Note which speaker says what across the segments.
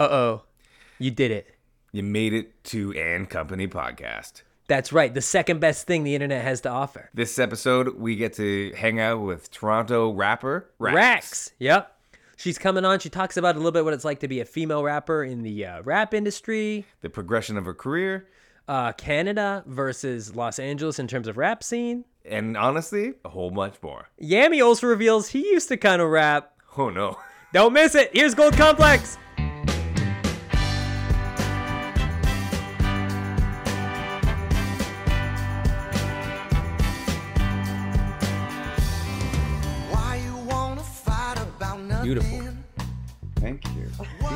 Speaker 1: Uh oh, you did it.
Speaker 2: You made it to and Company podcast.
Speaker 1: That's right, the second best thing the internet has to offer.
Speaker 2: This episode, we get to hang out with Toronto rapper Rax.
Speaker 1: Rax. Yep. She's coming on. She talks about a little bit what it's like to be a female rapper in the uh, rap industry,
Speaker 2: The progression of her career,
Speaker 1: uh, Canada versus Los Angeles in terms of rap scene.
Speaker 2: and honestly, a whole bunch more.
Speaker 1: Yami also reveals he used to kind of rap.
Speaker 2: Oh no.
Speaker 1: Don't miss it. Here's Gold Complex.
Speaker 3: Why you wanna fight about nothing?
Speaker 1: Beautiful.
Speaker 4: Thank you.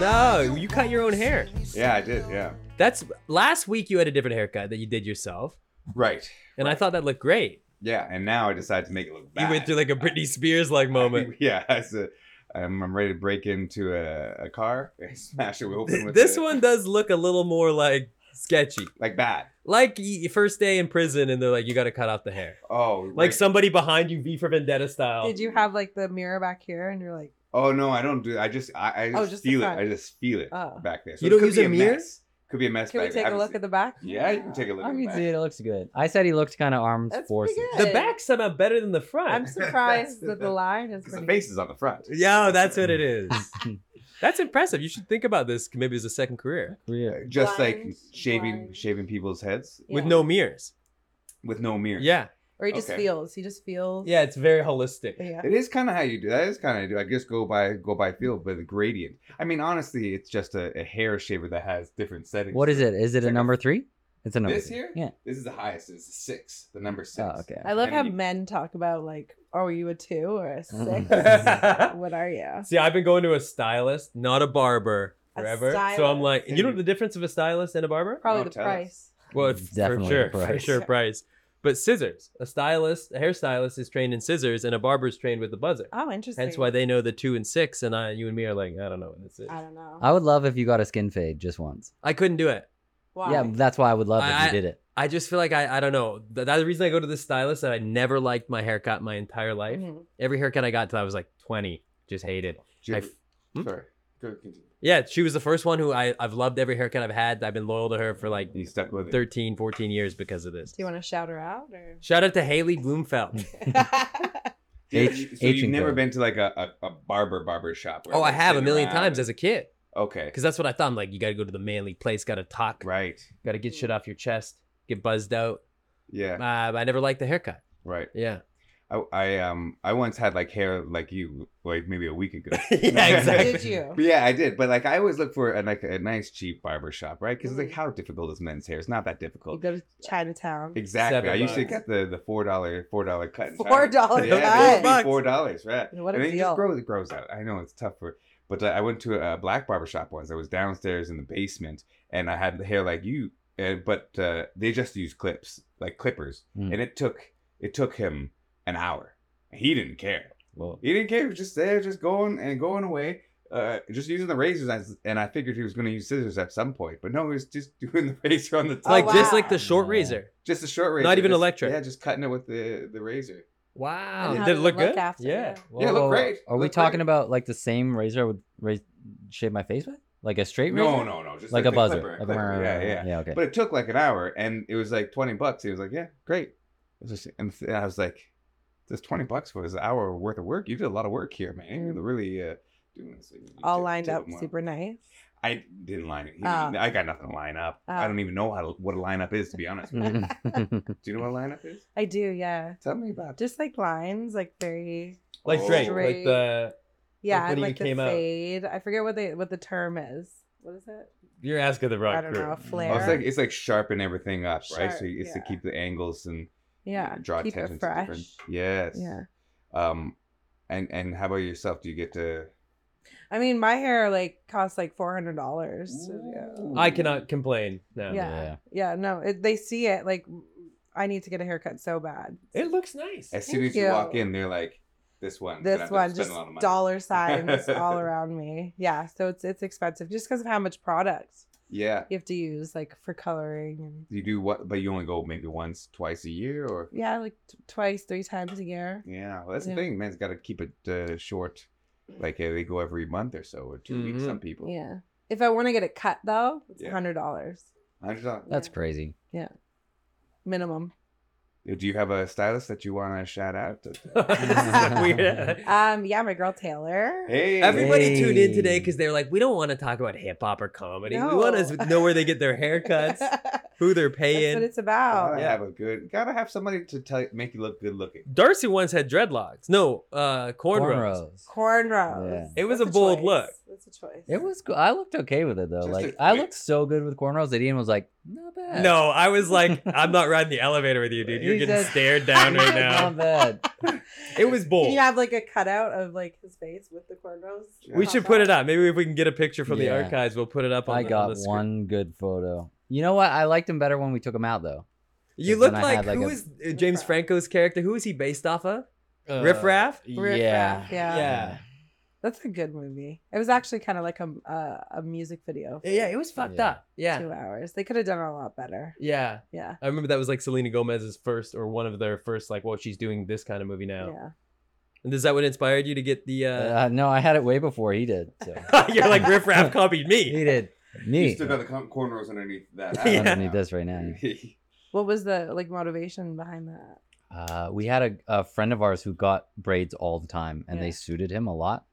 Speaker 1: No, you cut your own hair.
Speaker 4: Yeah, I did. Yeah.
Speaker 1: That's last week you had a different haircut that you did yourself,
Speaker 4: Right.
Speaker 1: and I thought that looked great.
Speaker 4: Yeah, and now I decided to make it look bad.
Speaker 1: You went through like a Britney Spears like moment.
Speaker 4: yeah, I said, I'm, I'm ready to break into a, a car and smash it open. With
Speaker 1: this
Speaker 4: it.
Speaker 1: one does look a little more like sketchy.
Speaker 4: like bad.
Speaker 1: like y- first day in prison and they're like you got to cut off the hair
Speaker 4: Oh,
Speaker 1: like
Speaker 4: right.
Speaker 1: somebody behind you v for vendetta style
Speaker 5: Did you have like the mirror back here and you're like,
Speaker 4: Oh no, I don't do. I just, I, I just
Speaker 5: Oh, just the
Speaker 4: feel it.
Speaker 5: front.
Speaker 4: I just feel it
Speaker 5: Oh.
Speaker 4: back there.
Speaker 1: You
Speaker 4: it
Speaker 1: don't
Speaker 4: could
Speaker 1: use
Speaker 4: be
Speaker 1: a mirror?
Speaker 4: mess. Could be a mess.
Speaker 5: can we take a look at the back?
Speaker 4: Yeah, you can take a look.
Speaker 5: I
Speaker 4: at
Speaker 5: mean,
Speaker 4: the
Speaker 6: Dude,
Speaker 4: back.
Speaker 6: it looks good. I said he looked kind of armed
Speaker 5: That's
Speaker 6: forces.
Speaker 5: pretty
Speaker 1: the
Speaker 5: good.
Speaker 1: back's somehow better than the
Speaker 5: I'm
Speaker 1: front
Speaker 5: surprised that the line is
Speaker 4: 'Cause the
Speaker 5: pretty.
Speaker 4: face is on the front.
Speaker 1: yeah that's what it is that's impressive you should think about this maybe as a second career
Speaker 6: Weird.
Speaker 4: Just like
Speaker 5: Blind,
Speaker 4: shaving,
Speaker 5: blind.
Speaker 4: shaving people's heads
Speaker 1: with
Speaker 5: Yeah.
Speaker 1: no mirrors
Speaker 4: with no mirror.
Speaker 1: yeah
Speaker 5: Or he just
Speaker 4: Okay.
Speaker 5: feels. He just feels.
Speaker 1: yeah it's very holistic
Speaker 5: Yeah.
Speaker 4: It is kind of how you do. That is kind of do. I guess go by go by feel, but the gradient. I mean, honestly, it's just a, a hair shaver that has different settings.
Speaker 6: What is it? Is it
Speaker 4: Check
Speaker 6: a
Speaker 4: it.
Speaker 6: number three? It's a number
Speaker 4: This
Speaker 6: three.
Speaker 4: here?
Speaker 6: Yeah.
Speaker 4: This is the highest. It's the six. The number six.
Speaker 6: Oh, okay.
Speaker 5: I love
Speaker 4: And
Speaker 5: how
Speaker 4: you-
Speaker 5: men talk about like, are you a two or a
Speaker 1: Mm-hmm.
Speaker 5: six? what are you?
Speaker 1: see i've been going to a stylist not a barber
Speaker 5: A
Speaker 1: forever so i'm
Speaker 5: stylist.
Speaker 1: like and you know
Speaker 4: Mhm.
Speaker 1: the difference of a stylist and a barber
Speaker 5: Probably
Speaker 4: Don't
Speaker 5: the
Speaker 4: tell us.
Speaker 5: price.
Speaker 1: Well, it's for
Speaker 6: Definitely
Speaker 1: sure, for
Speaker 6: price.
Speaker 1: sure, price. But scissors. A stylist, a hairstylist is trained in scissors, and a barber's trained with the buzzer.
Speaker 5: Oh, interesting.
Speaker 1: Hence why they know the two and six, and I, you and me are like, I don't know what this is.
Speaker 5: I don't know.
Speaker 6: I would love if you got a skin fade just once.
Speaker 1: I couldn't do it.
Speaker 5: Why?
Speaker 6: Yeah, that's why I would love
Speaker 1: I-
Speaker 6: if you did it.
Speaker 1: I just feel like I, I don't know. Th- That's the reason I go to the stylist. That I never liked my haircut my entire life.
Speaker 5: Mhm.
Speaker 1: Every haircut I got till I was like twenty, just hated.
Speaker 4: Do you
Speaker 1: I
Speaker 4: ever-
Speaker 1: f- Hmm?
Speaker 4: Sorry. Go continue.
Speaker 1: Yeah, she was the first one who I, I've loved every haircut I've had. I've been loyal to her for like
Speaker 4: You stuck with it.
Speaker 1: 13, 14 years because of this.
Speaker 5: Do you want to shout her out or?
Speaker 1: Shout out to Haley Bloomfeld.
Speaker 4: Do you-
Speaker 6: H-
Speaker 4: so
Speaker 6: H
Speaker 4: you've
Speaker 6: and
Speaker 4: never
Speaker 6: go.
Speaker 4: been to like a, a, a barber barber shop? where
Speaker 1: oh, I
Speaker 4: they
Speaker 1: have a
Speaker 4: sit
Speaker 1: million
Speaker 4: around
Speaker 1: times
Speaker 4: and-
Speaker 1: as a kid.
Speaker 4: okay.
Speaker 1: Because that's what I thought. I'm like, you got to go to the manly place, got to talk,
Speaker 4: Right.
Speaker 1: got to get shit off your chest, get buzzed out. Uh,
Speaker 4: Yeah.
Speaker 1: I never liked the haircut.
Speaker 4: Right.
Speaker 1: Yeah.
Speaker 4: I, I um I once had like hair like you like maybe a week ago.
Speaker 1: Yeah, exactly.
Speaker 5: Did you?
Speaker 4: But yeah, I did. But like, I always look for a, like a nice cheap barber shop, right? Because like, how difficult is men's hair? It's not that
Speaker 5: You
Speaker 4: difficult.
Speaker 5: go to Chinatown.
Speaker 4: Exactly.
Speaker 1: Seven
Speaker 4: I used to
Speaker 1: bucks.
Speaker 4: get the the four dollar four dollar cut. in
Speaker 5: Four
Speaker 4: China.
Speaker 5: dollar
Speaker 4: Yeah,
Speaker 1: cut.
Speaker 4: they used to be
Speaker 1: Bucks.
Speaker 4: four dollars, right?
Speaker 5: What a
Speaker 4: and then it
Speaker 5: deal.
Speaker 4: just grows, it grows out. I know it's tough for, but uh, I went to a black barber shop once. I was downstairs in the basement, and I had hair like you, and but uh, they just used clips, like clippers,
Speaker 6: Mm.
Speaker 1: Hmm.
Speaker 4: and it took it took him an hour. He didn't care.
Speaker 6: Well,
Speaker 4: He didn't care. He was just there, just going and going away, uh, just using the razors. As, and I figured he was going to use scissors at some point, but no, he was just doing the razor on the top.
Speaker 1: It's like
Speaker 5: Oh,
Speaker 1: just
Speaker 5: wow.
Speaker 1: like the short razor.
Speaker 4: just a short razor,
Speaker 1: not even
Speaker 4: just-
Speaker 1: electric.
Speaker 4: Yeah, just cutting it with the the razor.
Speaker 1: Wow.
Speaker 5: And how
Speaker 1: Did it
Speaker 5: does it
Speaker 1: look,
Speaker 5: look
Speaker 1: good?
Speaker 5: after?
Speaker 1: yeah.
Speaker 5: Yeah.
Speaker 4: Yeah, it looked great. It
Speaker 6: Are we
Speaker 4: looked
Speaker 6: talking
Speaker 4: great.
Speaker 6: about like the same razor I would ra- shave my face with? Like a straight razor?
Speaker 4: No, no, no, just
Speaker 6: Like a
Speaker 4: the
Speaker 6: buzzer.
Speaker 4: clipper,
Speaker 6: Like,
Speaker 4: clipper.
Speaker 6: brr,
Speaker 4: Yeah, yeah.
Speaker 6: Yeah, okay.
Speaker 4: But it took like an hour, and it was like twenty bucks. He was like, "Yeah, great." It was just- and I was like, "This twenty bucks was an hour worth of work. You did a lot of work here, man. You're really uh, doing this." You
Speaker 5: All
Speaker 4: did-
Speaker 5: lined
Speaker 4: did
Speaker 5: up,
Speaker 4: well."
Speaker 5: super nice.
Speaker 4: I didn't line it. He-
Speaker 5: Oh.
Speaker 4: I got nothing to line up. I
Speaker 5: Oh.
Speaker 4: don't even know how to, what a lineup is, to be honest. with you.
Speaker 6: Mm.
Speaker 4: Do you know what a lineup is?
Speaker 5: I do, yeah.
Speaker 4: Tell me about it.
Speaker 5: Just like lines, like very
Speaker 1: Like
Speaker 4: Oh.
Speaker 1: Drake. Like
Speaker 5: Drake.
Speaker 1: the.
Speaker 5: yeah,
Speaker 1: when
Speaker 5: and
Speaker 1: he
Speaker 5: like the
Speaker 1: came out.
Speaker 5: fade. I forget what they what the term is. What is it?
Speaker 1: You're asking the rock
Speaker 5: I don't
Speaker 1: crew.
Speaker 5: know. A
Speaker 4: Oh,
Speaker 5: flare.
Speaker 4: it's like it's like sharpen everything up, right? So
Speaker 5: Sharp,
Speaker 4: it's to
Speaker 5: yeah.
Speaker 4: keep the angles and
Speaker 5: yeah,
Speaker 4: draw
Speaker 5: keep
Speaker 4: attention
Speaker 5: it fresh.
Speaker 4: to different. Yes.
Speaker 5: Yeah,
Speaker 4: Um, and and how about yourself? Do you get to?
Speaker 5: I mean, my hair like costs like four hundred dollars. Yeah.
Speaker 1: I cannot complain. No.
Speaker 5: yeah, yeah, No, it, they see it. Like, I need to get a haircut so bad.
Speaker 1: It looks nice.
Speaker 4: As soon
Speaker 5: Thank
Speaker 4: as you. walk
Speaker 5: you.
Speaker 4: in, they're like, "This one."
Speaker 5: This one just
Speaker 4: dollar.
Speaker 5: dollar signs all around me. Yeah, so it's it's expensive just because of how much product
Speaker 4: Yeah,
Speaker 5: you have to use, like for coloring and
Speaker 4: you do what? But you only go maybe once, twice a year, or
Speaker 5: yeah, like t- twice, three times a year.
Speaker 4: yeah. Well, that's
Speaker 5: Yeah.
Speaker 4: the thing, man. It's got to keep it uh, short. Like uh, they go every month or so, or 2 weeks.
Speaker 1: Mhm.
Speaker 4: Some people.
Speaker 5: Yeah. If I want to get it cut though, it's
Speaker 4: Mm. Yeah.
Speaker 5: hundred dollars
Speaker 4: Hundred dollars.
Speaker 6: That's
Speaker 5: Yeah.
Speaker 6: crazy.
Speaker 5: minimum.
Speaker 4: uh, Do you have a stylist that you want to shout out?
Speaker 1: Weird.
Speaker 5: Um, yeah, my girl Taylor.
Speaker 4: hey,
Speaker 1: Everybody tuned in today
Speaker 6: Hey.
Speaker 1: because they're like, we don't want to talk about hip hop or comedy. We want
Speaker 5: No.
Speaker 1: to know where they get their haircuts,
Speaker 5: That's
Speaker 1: who they're
Speaker 5: what
Speaker 1: paying.
Speaker 5: it's about.
Speaker 4: Gotta have a good. Gotta have somebody to tell make you look good looking.
Speaker 1: Darcy once had dreadlocks. No, uh, cornrows.
Speaker 5: Cornrows.
Speaker 6: Yeah.
Speaker 1: It was
Speaker 5: That's
Speaker 1: a bold
Speaker 5: choice.
Speaker 1: look.
Speaker 5: That's a choice.
Speaker 6: It was cool. I looked okay with it though.
Speaker 4: Just a
Speaker 6: like I
Speaker 4: quick-
Speaker 6: looked so good with cornrows that Ian was like, not bad.
Speaker 1: No, I was like, I'm not riding the elevator with you, dude. You're
Speaker 6: He
Speaker 1: getting
Speaker 6: said-
Speaker 1: stared down right now.
Speaker 6: Not bad.
Speaker 1: It was bold.
Speaker 5: Can you have like a cutout of like his face with the cornrows?
Speaker 1: we should put it up. Maybe if we can get a picture from
Speaker 6: Yeah.
Speaker 1: the archives, we'll put it up on,
Speaker 6: I
Speaker 1: the- on
Speaker 6: got
Speaker 1: the screen.
Speaker 6: one good photo. You know what? I liked him better when we took him out though.
Speaker 1: You
Speaker 6: Because
Speaker 1: look
Speaker 6: then I
Speaker 1: like,
Speaker 6: had, like,
Speaker 1: who
Speaker 6: a-
Speaker 1: is uh, James
Speaker 5: Raff.
Speaker 1: Franco's character? Who is he based off of? Riff Raff?
Speaker 5: Riff
Speaker 6: Uh, yeah.
Speaker 5: Raff, yeah.
Speaker 1: Yeah.
Speaker 5: That's a good movie. It was actually kind of like a uh, a music video. for
Speaker 1: Yeah, it was fucked
Speaker 6: Yeah.
Speaker 1: up. Eh, Yeah.
Speaker 5: Two hours. They could have done it a lot better.
Speaker 1: Yeah.
Speaker 5: Yeah.
Speaker 1: I remember that was like Selena Gomez's first or one of their first, like, well, she's doing this kind of movie now.
Speaker 5: Yeah.
Speaker 1: And is that what inspired you to get the. Uh...
Speaker 6: Uh, no, I had it way before he did. So.
Speaker 1: You're like, Riff Raff copied
Speaker 6: he
Speaker 1: me.
Speaker 6: did me.
Speaker 4: You still got the com- cornrows underneath that.
Speaker 1: Yeah.
Speaker 6: I don't need this right now.
Speaker 5: What was the like motivation behind that?
Speaker 6: Uh, we had a, a friend of ours who got braids all the time, and
Speaker 5: Yeah.
Speaker 6: they suited him a lot.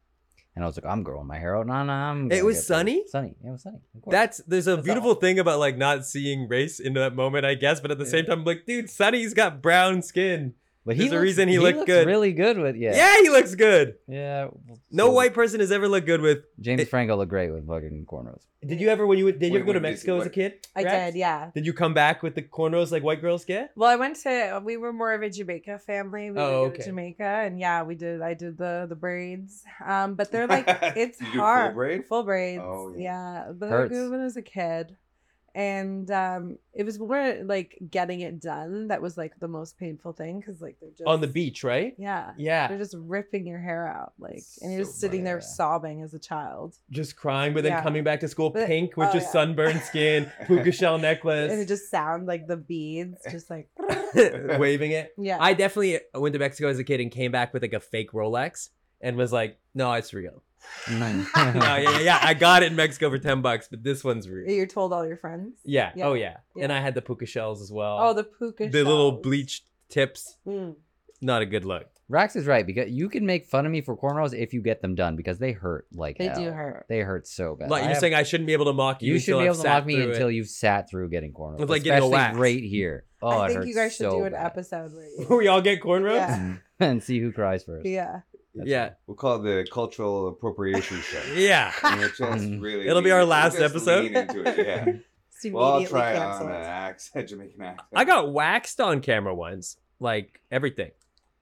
Speaker 6: And I was like, I'm growing my hair out. No, no, I'm.
Speaker 1: It
Speaker 6: gonna
Speaker 1: was
Speaker 6: get braids."
Speaker 1: sunny?
Speaker 6: Sunny. Yeah, It was sunny. Of course.
Speaker 1: That's there's a
Speaker 6: That's
Speaker 1: beautiful
Speaker 6: all.
Speaker 1: thing about like not seeing race in that moment, I guess. But at the same time, I'm like, dude, Sonny's got brown skin.
Speaker 6: But
Speaker 1: there's a reason he looked
Speaker 6: looks
Speaker 1: good.
Speaker 6: Really good with yeah.
Speaker 1: Yeah, he looks good.
Speaker 6: Yeah. well,
Speaker 1: No
Speaker 6: so
Speaker 1: white person has ever looked good with.
Speaker 6: James
Speaker 1: it-
Speaker 6: Franco looked great with fucking cornrows.
Speaker 1: Did you ever when you would- did you
Speaker 4: Wait,
Speaker 1: ever go to
Speaker 4: wait, did-
Speaker 1: Mexico as a
Speaker 4: what-
Speaker 1: kid?
Speaker 5: I
Speaker 1: Rex?
Speaker 5: did, yeah.
Speaker 1: Did you come back with the cornrows like white girls get?
Speaker 5: Well, I went to we were more of a Jamaica family. We would
Speaker 1: Oh,
Speaker 5: go to
Speaker 1: okay.
Speaker 5: Jamaica and yeah, we did I did the the braids. Um but they're like it's
Speaker 4: You do full
Speaker 5: hard.
Speaker 4: braid?
Speaker 5: Full braids.
Speaker 4: Oh,
Speaker 5: yeah. But they were
Speaker 6: Hurts.
Speaker 5: good when I was a kid. And um it was more like getting it done that was like the most painful thing cuz like they're just
Speaker 1: On the beach, right?
Speaker 5: Yeah. They're
Speaker 1: Yeah.
Speaker 5: just ripping your hair out like and you're
Speaker 6: So
Speaker 5: just sitting there
Speaker 6: much.
Speaker 5: sobbing as a child.
Speaker 1: Just crying, but then
Speaker 5: Yeah.
Speaker 1: coming back to school
Speaker 5: But-
Speaker 1: pink with
Speaker 5: oh,
Speaker 1: just
Speaker 5: yeah.
Speaker 1: sunburned skin, puka shell necklace,
Speaker 5: And it just sound like the beads just like
Speaker 1: waving it.
Speaker 5: yeah.
Speaker 1: I definitely went to Mexico as a kid and came back with like a fake Rolex and was like, no, it's real. no, yeah, yeah, yeah. I got it in Mexico for 10 bucks, but this one's real.
Speaker 5: You're told all your friends.
Speaker 1: Yeah.
Speaker 5: Yeah.
Speaker 1: Oh, yeah. And
Speaker 5: Yeah.
Speaker 1: I had the puka shells as well.
Speaker 5: Oh, the puka.
Speaker 1: the little
Speaker 5: shells.
Speaker 1: bleached tips.
Speaker 5: Mm.
Speaker 1: Not a good look.
Speaker 6: Rax is right because you can make fun of me for cornrows if you get them done because they hurt like
Speaker 5: They do
Speaker 6: hell.
Speaker 5: hurt.
Speaker 6: They hurt so bad.
Speaker 1: Like
Speaker 6: I
Speaker 1: you're
Speaker 6: have-
Speaker 1: saying, I shouldn't be able to mock you.
Speaker 6: you should
Speaker 1: until
Speaker 6: be
Speaker 1: I've
Speaker 6: able to
Speaker 1: sat
Speaker 6: mock me
Speaker 1: through it.
Speaker 6: until you've sat through getting cornrows.
Speaker 1: It's like getting a
Speaker 6: especially
Speaker 1: wax.
Speaker 6: right here. Oh,
Speaker 5: I
Speaker 6: it
Speaker 5: think
Speaker 6: hurts
Speaker 5: you guys should
Speaker 6: so
Speaker 5: do an
Speaker 6: bad.
Speaker 5: episode where you.
Speaker 1: Where we all get cornrows.
Speaker 5: Yeah.
Speaker 6: and see who cries first.
Speaker 5: Yeah.
Speaker 1: Yeah.
Speaker 4: We'll call it the cultural appropriation show.
Speaker 1: Yeah.
Speaker 4: And we're just
Speaker 5: Mm-hmm.
Speaker 6: Mhm.
Speaker 4: really
Speaker 1: It'll be our
Speaker 4: leaning-
Speaker 1: last
Speaker 4: we're just
Speaker 1: episode.
Speaker 4: leaning into it, yeah.
Speaker 5: It's
Speaker 4: we'll all
Speaker 5: immediately
Speaker 4: try it on
Speaker 5: canceled.
Speaker 4: an accent, Jamaican accent.
Speaker 1: I got waxed on camera once. Like everything.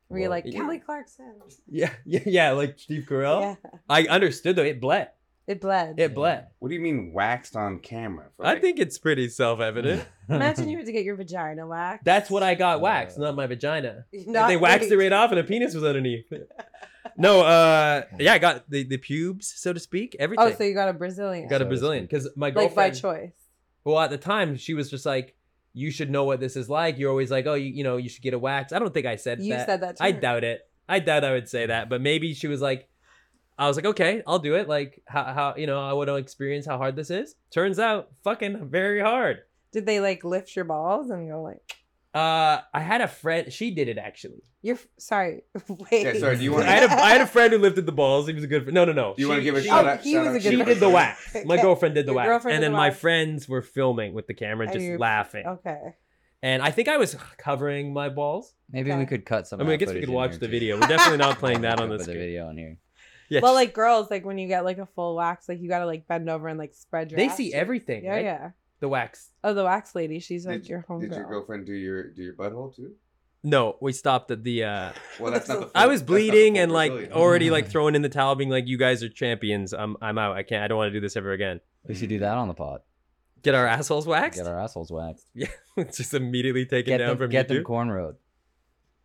Speaker 5: Were you
Speaker 6: Whoa.
Speaker 5: like
Speaker 1: Yeah.
Speaker 5: Kelly Clarkson?
Speaker 1: Yeah. Yeah. Yeah. Like Steve Carell.
Speaker 5: Yeah.
Speaker 1: I understood though. It bled.
Speaker 5: It bled.
Speaker 1: It bled.
Speaker 4: What do you mean waxed on camera? For
Speaker 1: I
Speaker 4: like-
Speaker 1: think it's pretty self-evident.
Speaker 5: Imagine you had to get your vagina waxed.
Speaker 1: That's what I got waxed, not my vagina.
Speaker 5: Not
Speaker 1: they waxed
Speaker 5: like-
Speaker 1: it right off, and a penis was underneath. no. Uh. Yeah. I got the the pubes, so to speak. Everything.
Speaker 5: Oh, so you got a Brazilian.
Speaker 1: got a
Speaker 6: So to
Speaker 1: Brazilian because my
Speaker 5: like
Speaker 1: girlfriend.
Speaker 5: by choice.
Speaker 1: Well, at the time, she was just like, "You should know what this is like." You're always like, "Oh, you, you know, you should get a wax." I don't think I said
Speaker 5: You
Speaker 1: that.
Speaker 5: said that. To
Speaker 1: I
Speaker 5: her.
Speaker 1: doubt it. I doubt I would say that, but maybe she was like, "I was like, okay, I'll do it." Like, how, how you know, I want to experience how hard this is. Turns out, fucking very hard.
Speaker 5: Did they like lift your balls and go like?
Speaker 1: Uh, I had a friend. She did it actually.
Speaker 5: You're f- sorry. Wait.
Speaker 4: Yeah, sorry, do you
Speaker 1: I
Speaker 4: wanna-
Speaker 1: had a, I had a friend who lifted the balls. He was a good friend. No, no, no.
Speaker 4: Do you want to
Speaker 1: She-
Speaker 4: give a
Speaker 1: she-
Speaker 4: shout
Speaker 5: Oh,
Speaker 4: out?
Speaker 5: he
Speaker 4: shout
Speaker 5: was
Speaker 4: out to
Speaker 5: a good
Speaker 1: She
Speaker 4: your
Speaker 1: did
Speaker 5: friend.
Speaker 1: the
Speaker 4: friend?
Speaker 1: wax. My
Speaker 5: Okay.
Speaker 1: girlfriend did the
Speaker 5: Your
Speaker 1: wax,
Speaker 5: girlfriend
Speaker 1: and
Speaker 5: did
Speaker 1: then
Speaker 5: the
Speaker 1: my
Speaker 5: wax.
Speaker 1: friends were filming with the camera,
Speaker 5: And
Speaker 1: just
Speaker 5: you-
Speaker 1: laughing.
Speaker 5: Okay.
Speaker 1: And I think I was covering my balls.
Speaker 6: Maybe
Speaker 5: Okay.
Speaker 6: we could cut some.
Speaker 1: I
Speaker 6: of
Speaker 1: mean, I
Speaker 6: that
Speaker 1: guess we
Speaker 6: footage
Speaker 1: could
Speaker 6: in
Speaker 1: watch
Speaker 6: here,
Speaker 1: the
Speaker 6: too.
Speaker 1: video. We're definitely not playing that on
Speaker 6: Put
Speaker 1: the
Speaker 6: the
Speaker 1: screen.
Speaker 6: video on here.
Speaker 1: Yeah,
Speaker 5: Well, like girls, like when you get like a full wax, like you gotta like bend over and like spread your.
Speaker 1: they
Speaker 5: ass
Speaker 1: see
Speaker 5: cheeks.
Speaker 1: everything.
Speaker 5: Yeah,
Speaker 1: right?
Speaker 5: yeah.
Speaker 1: The wax.
Speaker 5: Oh, the wax lady. She's like
Speaker 4: Did-
Speaker 5: your homegirl.
Speaker 4: Did your girlfriend do your do your butthole too?
Speaker 1: No, we stopped at the. uh
Speaker 4: Well, that's not the.
Speaker 1: I
Speaker 4: full-
Speaker 1: was
Speaker 4: that's not the
Speaker 1: bleeding
Speaker 4: full
Speaker 1: and like
Speaker 4: Brazilian.
Speaker 1: already like throwing in the towel, being like, "You guys are champions. I'm I'm out. I can't. I don't want to do this ever again."
Speaker 6: We should do that on the pod.
Speaker 1: Get our assholes waxed.
Speaker 6: Get our assholes waxed.
Speaker 1: Just immediately taken
Speaker 6: Get
Speaker 1: down
Speaker 6: them,
Speaker 1: from
Speaker 6: get them
Speaker 1: YouTube.
Speaker 6: cornrowed.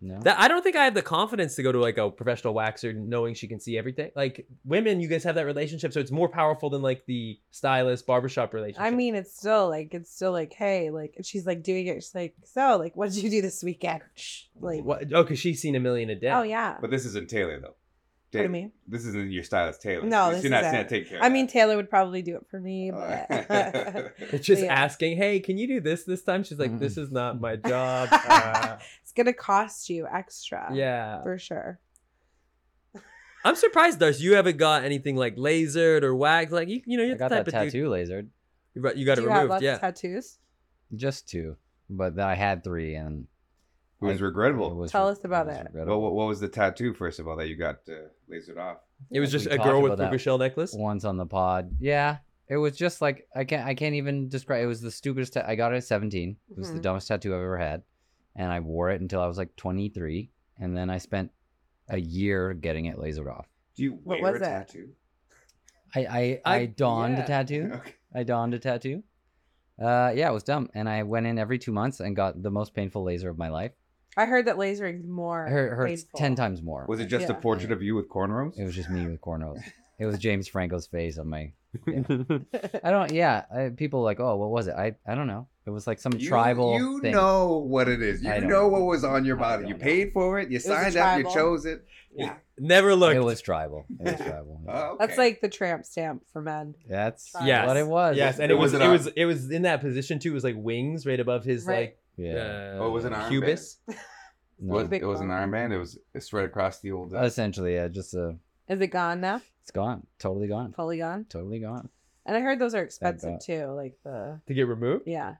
Speaker 6: No.
Speaker 1: That, I don't think I have the confidence to go to like a professional waxer knowing she can see everything. Like women, you guys have that relationship, so it's more powerful than like the stylist barbershop relationship.
Speaker 5: I mean, it's still like it's still like, hey, like and she's like doing it. She's like, so like, what did you do this weekend? Shh, Like,
Speaker 1: what, oh, because she's seen a million a day.
Speaker 5: oh yeah.
Speaker 4: But this isn't Taylor though.
Speaker 5: do you
Speaker 4: Ta-
Speaker 5: mean?
Speaker 4: This isn't your stylist Taylor.
Speaker 5: No,
Speaker 4: You're
Speaker 5: this
Speaker 4: not,
Speaker 5: is
Speaker 4: she's
Speaker 5: a-
Speaker 4: not taking care. Of
Speaker 5: I
Speaker 4: that.
Speaker 5: mean, Taylor would probably do it for me,
Speaker 4: Oh.
Speaker 5: but
Speaker 1: It's just
Speaker 5: Yeah.
Speaker 1: asking, hey, can you do this this time? She's like,
Speaker 6: Mm.
Speaker 1: this is not my job. Uh,
Speaker 5: it's gonna cost you extra.
Speaker 1: yeah.
Speaker 5: for sure.
Speaker 1: I'm surprised, Darce, you haven't got anything like lasered or waxed. Like, you, you know, you're
Speaker 6: I got
Speaker 1: the type
Speaker 6: that
Speaker 1: of dude-
Speaker 6: tattoo lasered.
Speaker 1: You got- You got
Speaker 5: do
Speaker 1: it
Speaker 5: you have
Speaker 1: removed.
Speaker 5: lots
Speaker 1: Yeah.
Speaker 5: of tattoos?
Speaker 6: Just two. But I had three and
Speaker 4: it was
Speaker 6: it
Speaker 4: regrettable.
Speaker 6: was
Speaker 5: Tell
Speaker 6: re-
Speaker 5: us about
Speaker 6: was
Speaker 5: it.
Speaker 4: Well,
Speaker 6: regrettable.
Speaker 4: what, what was the tattoo first of all that you got uh, lasered off?
Speaker 1: it was
Speaker 6: We
Speaker 1: just a
Speaker 6: talked
Speaker 1: girl with
Speaker 6: about that
Speaker 1: puka shell necklace.
Speaker 6: once on the pod. Yeah. It was just like I can't I can't even describe it was the stupidest ta- I got it at 17. It was the
Speaker 5: Mhm.
Speaker 6: dumbest tattoo I've ever had. And I wore it until I was like 23 and then I spent a year getting it lasered off.
Speaker 4: Do you
Speaker 5: What
Speaker 4: wear
Speaker 5: was
Speaker 4: a
Speaker 5: that?
Speaker 4: tattoo?
Speaker 6: I I,
Speaker 1: I-
Speaker 6: I, donned
Speaker 1: yeah.
Speaker 6: a tattoo.
Speaker 4: Okay.
Speaker 6: I donned a tattoo. Uh, yeah, it was dumb, and I went in every two months and got the most painful laser of my life.
Speaker 5: I heard that lasering's more.
Speaker 6: It hurt, hurts
Speaker 5: painful.
Speaker 6: ten times more.
Speaker 4: Was it just a
Speaker 5: Yeah.
Speaker 4: portrait of you with cornrows?
Speaker 6: It was just me with cornrows. It was James Franco's face on my. I don't. Yeah, I, people are like, oh, what was it? I I don't know. It was like some
Speaker 4: You-
Speaker 6: tribal.
Speaker 4: You
Speaker 6: thing.
Speaker 4: know what it is.
Speaker 6: I
Speaker 4: You
Speaker 6: don't
Speaker 4: know
Speaker 6: know.
Speaker 4: what was on your
Speaker 6: I
Speaker 4: body. You
Speaker 6: don't know.
Speaker 4: paid for it. You
Speaker 5: was a
Speaker 4: signed up. You
Speaker 5: tribal.
Speaker 4: chose it.
Speaker 5: Yeah.
Speaker 1: Never looked.
Speaker 6: It was tribal. It was tribal.
Speaker 4: Oh, okay.
Speaker 5: That's like the tramp stamp for men.
Speaker 6: That's
Speaker 1: Yes.
Speaker 6: what it was.
Speaker 1: Yes, and
Speaker 4: It
Speaker 1: it was it
Speaker 4: wasn't on.
Speaker 1: was it was in that position too. It was like wings right above his
Speaker 5: Right.
Speaker 1: like
Speaker 6: Yeah.
Speaker 1: uh,
Speaker 4: Oh, it was an armband.
Speaker 1: pubis.
Speaker 6: no.
Speaker 4: What-
Speaker 5: Big
Speaker 4: it was an
Speaker 5: bone.
Speaker 4: iron band. It was it's right across the old. Uh,
Speaker 6: Essentially, yeah. Just uh,
Speaker 5: Is it gone now?
Speaker 6: it's gone. Totally gone.
Speaker 5: Fully gone?
Speaker 6: Totally gone.
Speaker 5: And I heard those are expensive
Speaker 6: God.
Speaker 5: too. Like the
Speaker 1: to get removed.
Speaker 5: yeah.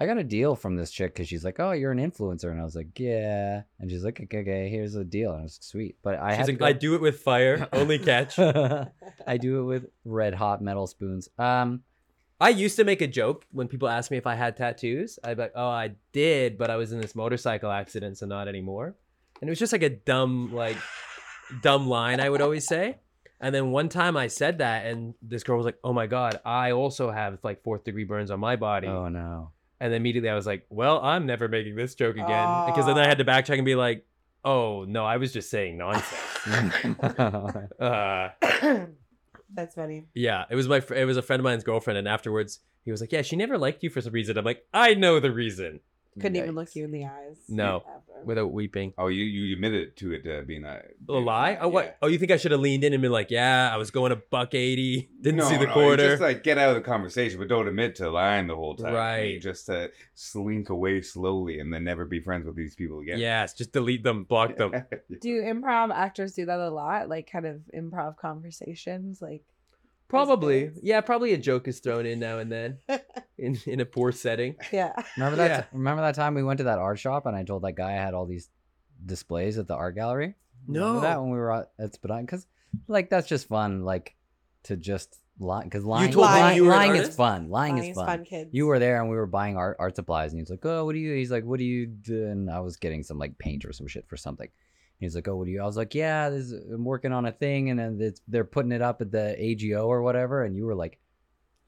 Speaker 6: I got a deal from this chick because she's like, "Oh, you're an influencer," and I was like, "Yeah," and she's like, "Okay, okay here's a deal," and I was like, "Sweet," but I
Speaker 1: She's
Speaker 6: had
Speaker 1: like, I do it with fire, only catch.
Speaker 6: do. I do it with red hot metal spoons. Um,
Speaker 1: I used to make a joke when people asked me if I had tattoos. I'd be like, oh, I did, but I was in this motorcycle accident, so not anymore. And it was just like a dumb, like, dumb line I would always say. And then one time I said that, and this girl was like, oh my God, I also have like fourth degree burns on my body.
Speaker 6: oh no,
Speaker 1: And then immediately I was like, well, I'm never making this joke again. Because then I had to backtrack and be like, oh, no, I was just saying nonsense. uh,
Speaker 5: That's funny.
Speaker 1: yeah, it was my fr- it was a friend of mine's girlfriend, and afterwards he was like, "Yeah, she never liked you for some reason." I'm like, "I know the reason."
Speaker 5: Couldn't even look you in the eyes.
Speaker 1: No.
Speaker 5: Ever.
Speaker 1: Without weeping,
Speaker 4: oh, you you admitted to it uh, being a
Speaker 1: a lie. Oh what? Oh, you think I should have leaned in and been like, "Yeah, I was going a buck eighty, didn't see the quarter."
Speaker 4: Just like get out of the conversation, but don't admit to lying the whole time. You
Speaker 1: Right.
Speaker 4: Just to slink away slowly and then never be friends with these people again.
Speaker 1: Yes, just delete them, block them.
Speaker 5: Do improv actors do that a lot? Like kind of improv conversations? Like
Speaker 1: Probably, yeah, probably a joke is thrown in now and then, in in a poor setting.
Speaker 5: yeah.
Speaker 6: remember that?
Speaker 1: Yeah.
Speaker 6: Remember that time we went to that art shop and I told that guy I had all these displays at the art gallery. Remember
Speaker 1: No.
Speaker 6: that when we were at, at Spadina, because like that's just fun, like to just lie, because lying,
Speaker 1: told
Speaker 6: lying,
Speaker 5: him you were an
Speaker 6: lying is
Speaker 1: artist?
Speaker 6: fun. Lying, is fun.
Speaker 5: kids.
Speaker 6: You were there and we were buying art art supplies and he's like, Oh, what do you he's like, What do you do? And I was getting some like paint or some shit for something. And he's like, Oh, what do you I was like, Yeah, this is, I'm working on a thing and then it's, they're putting it up at the AGO or whatever and you were like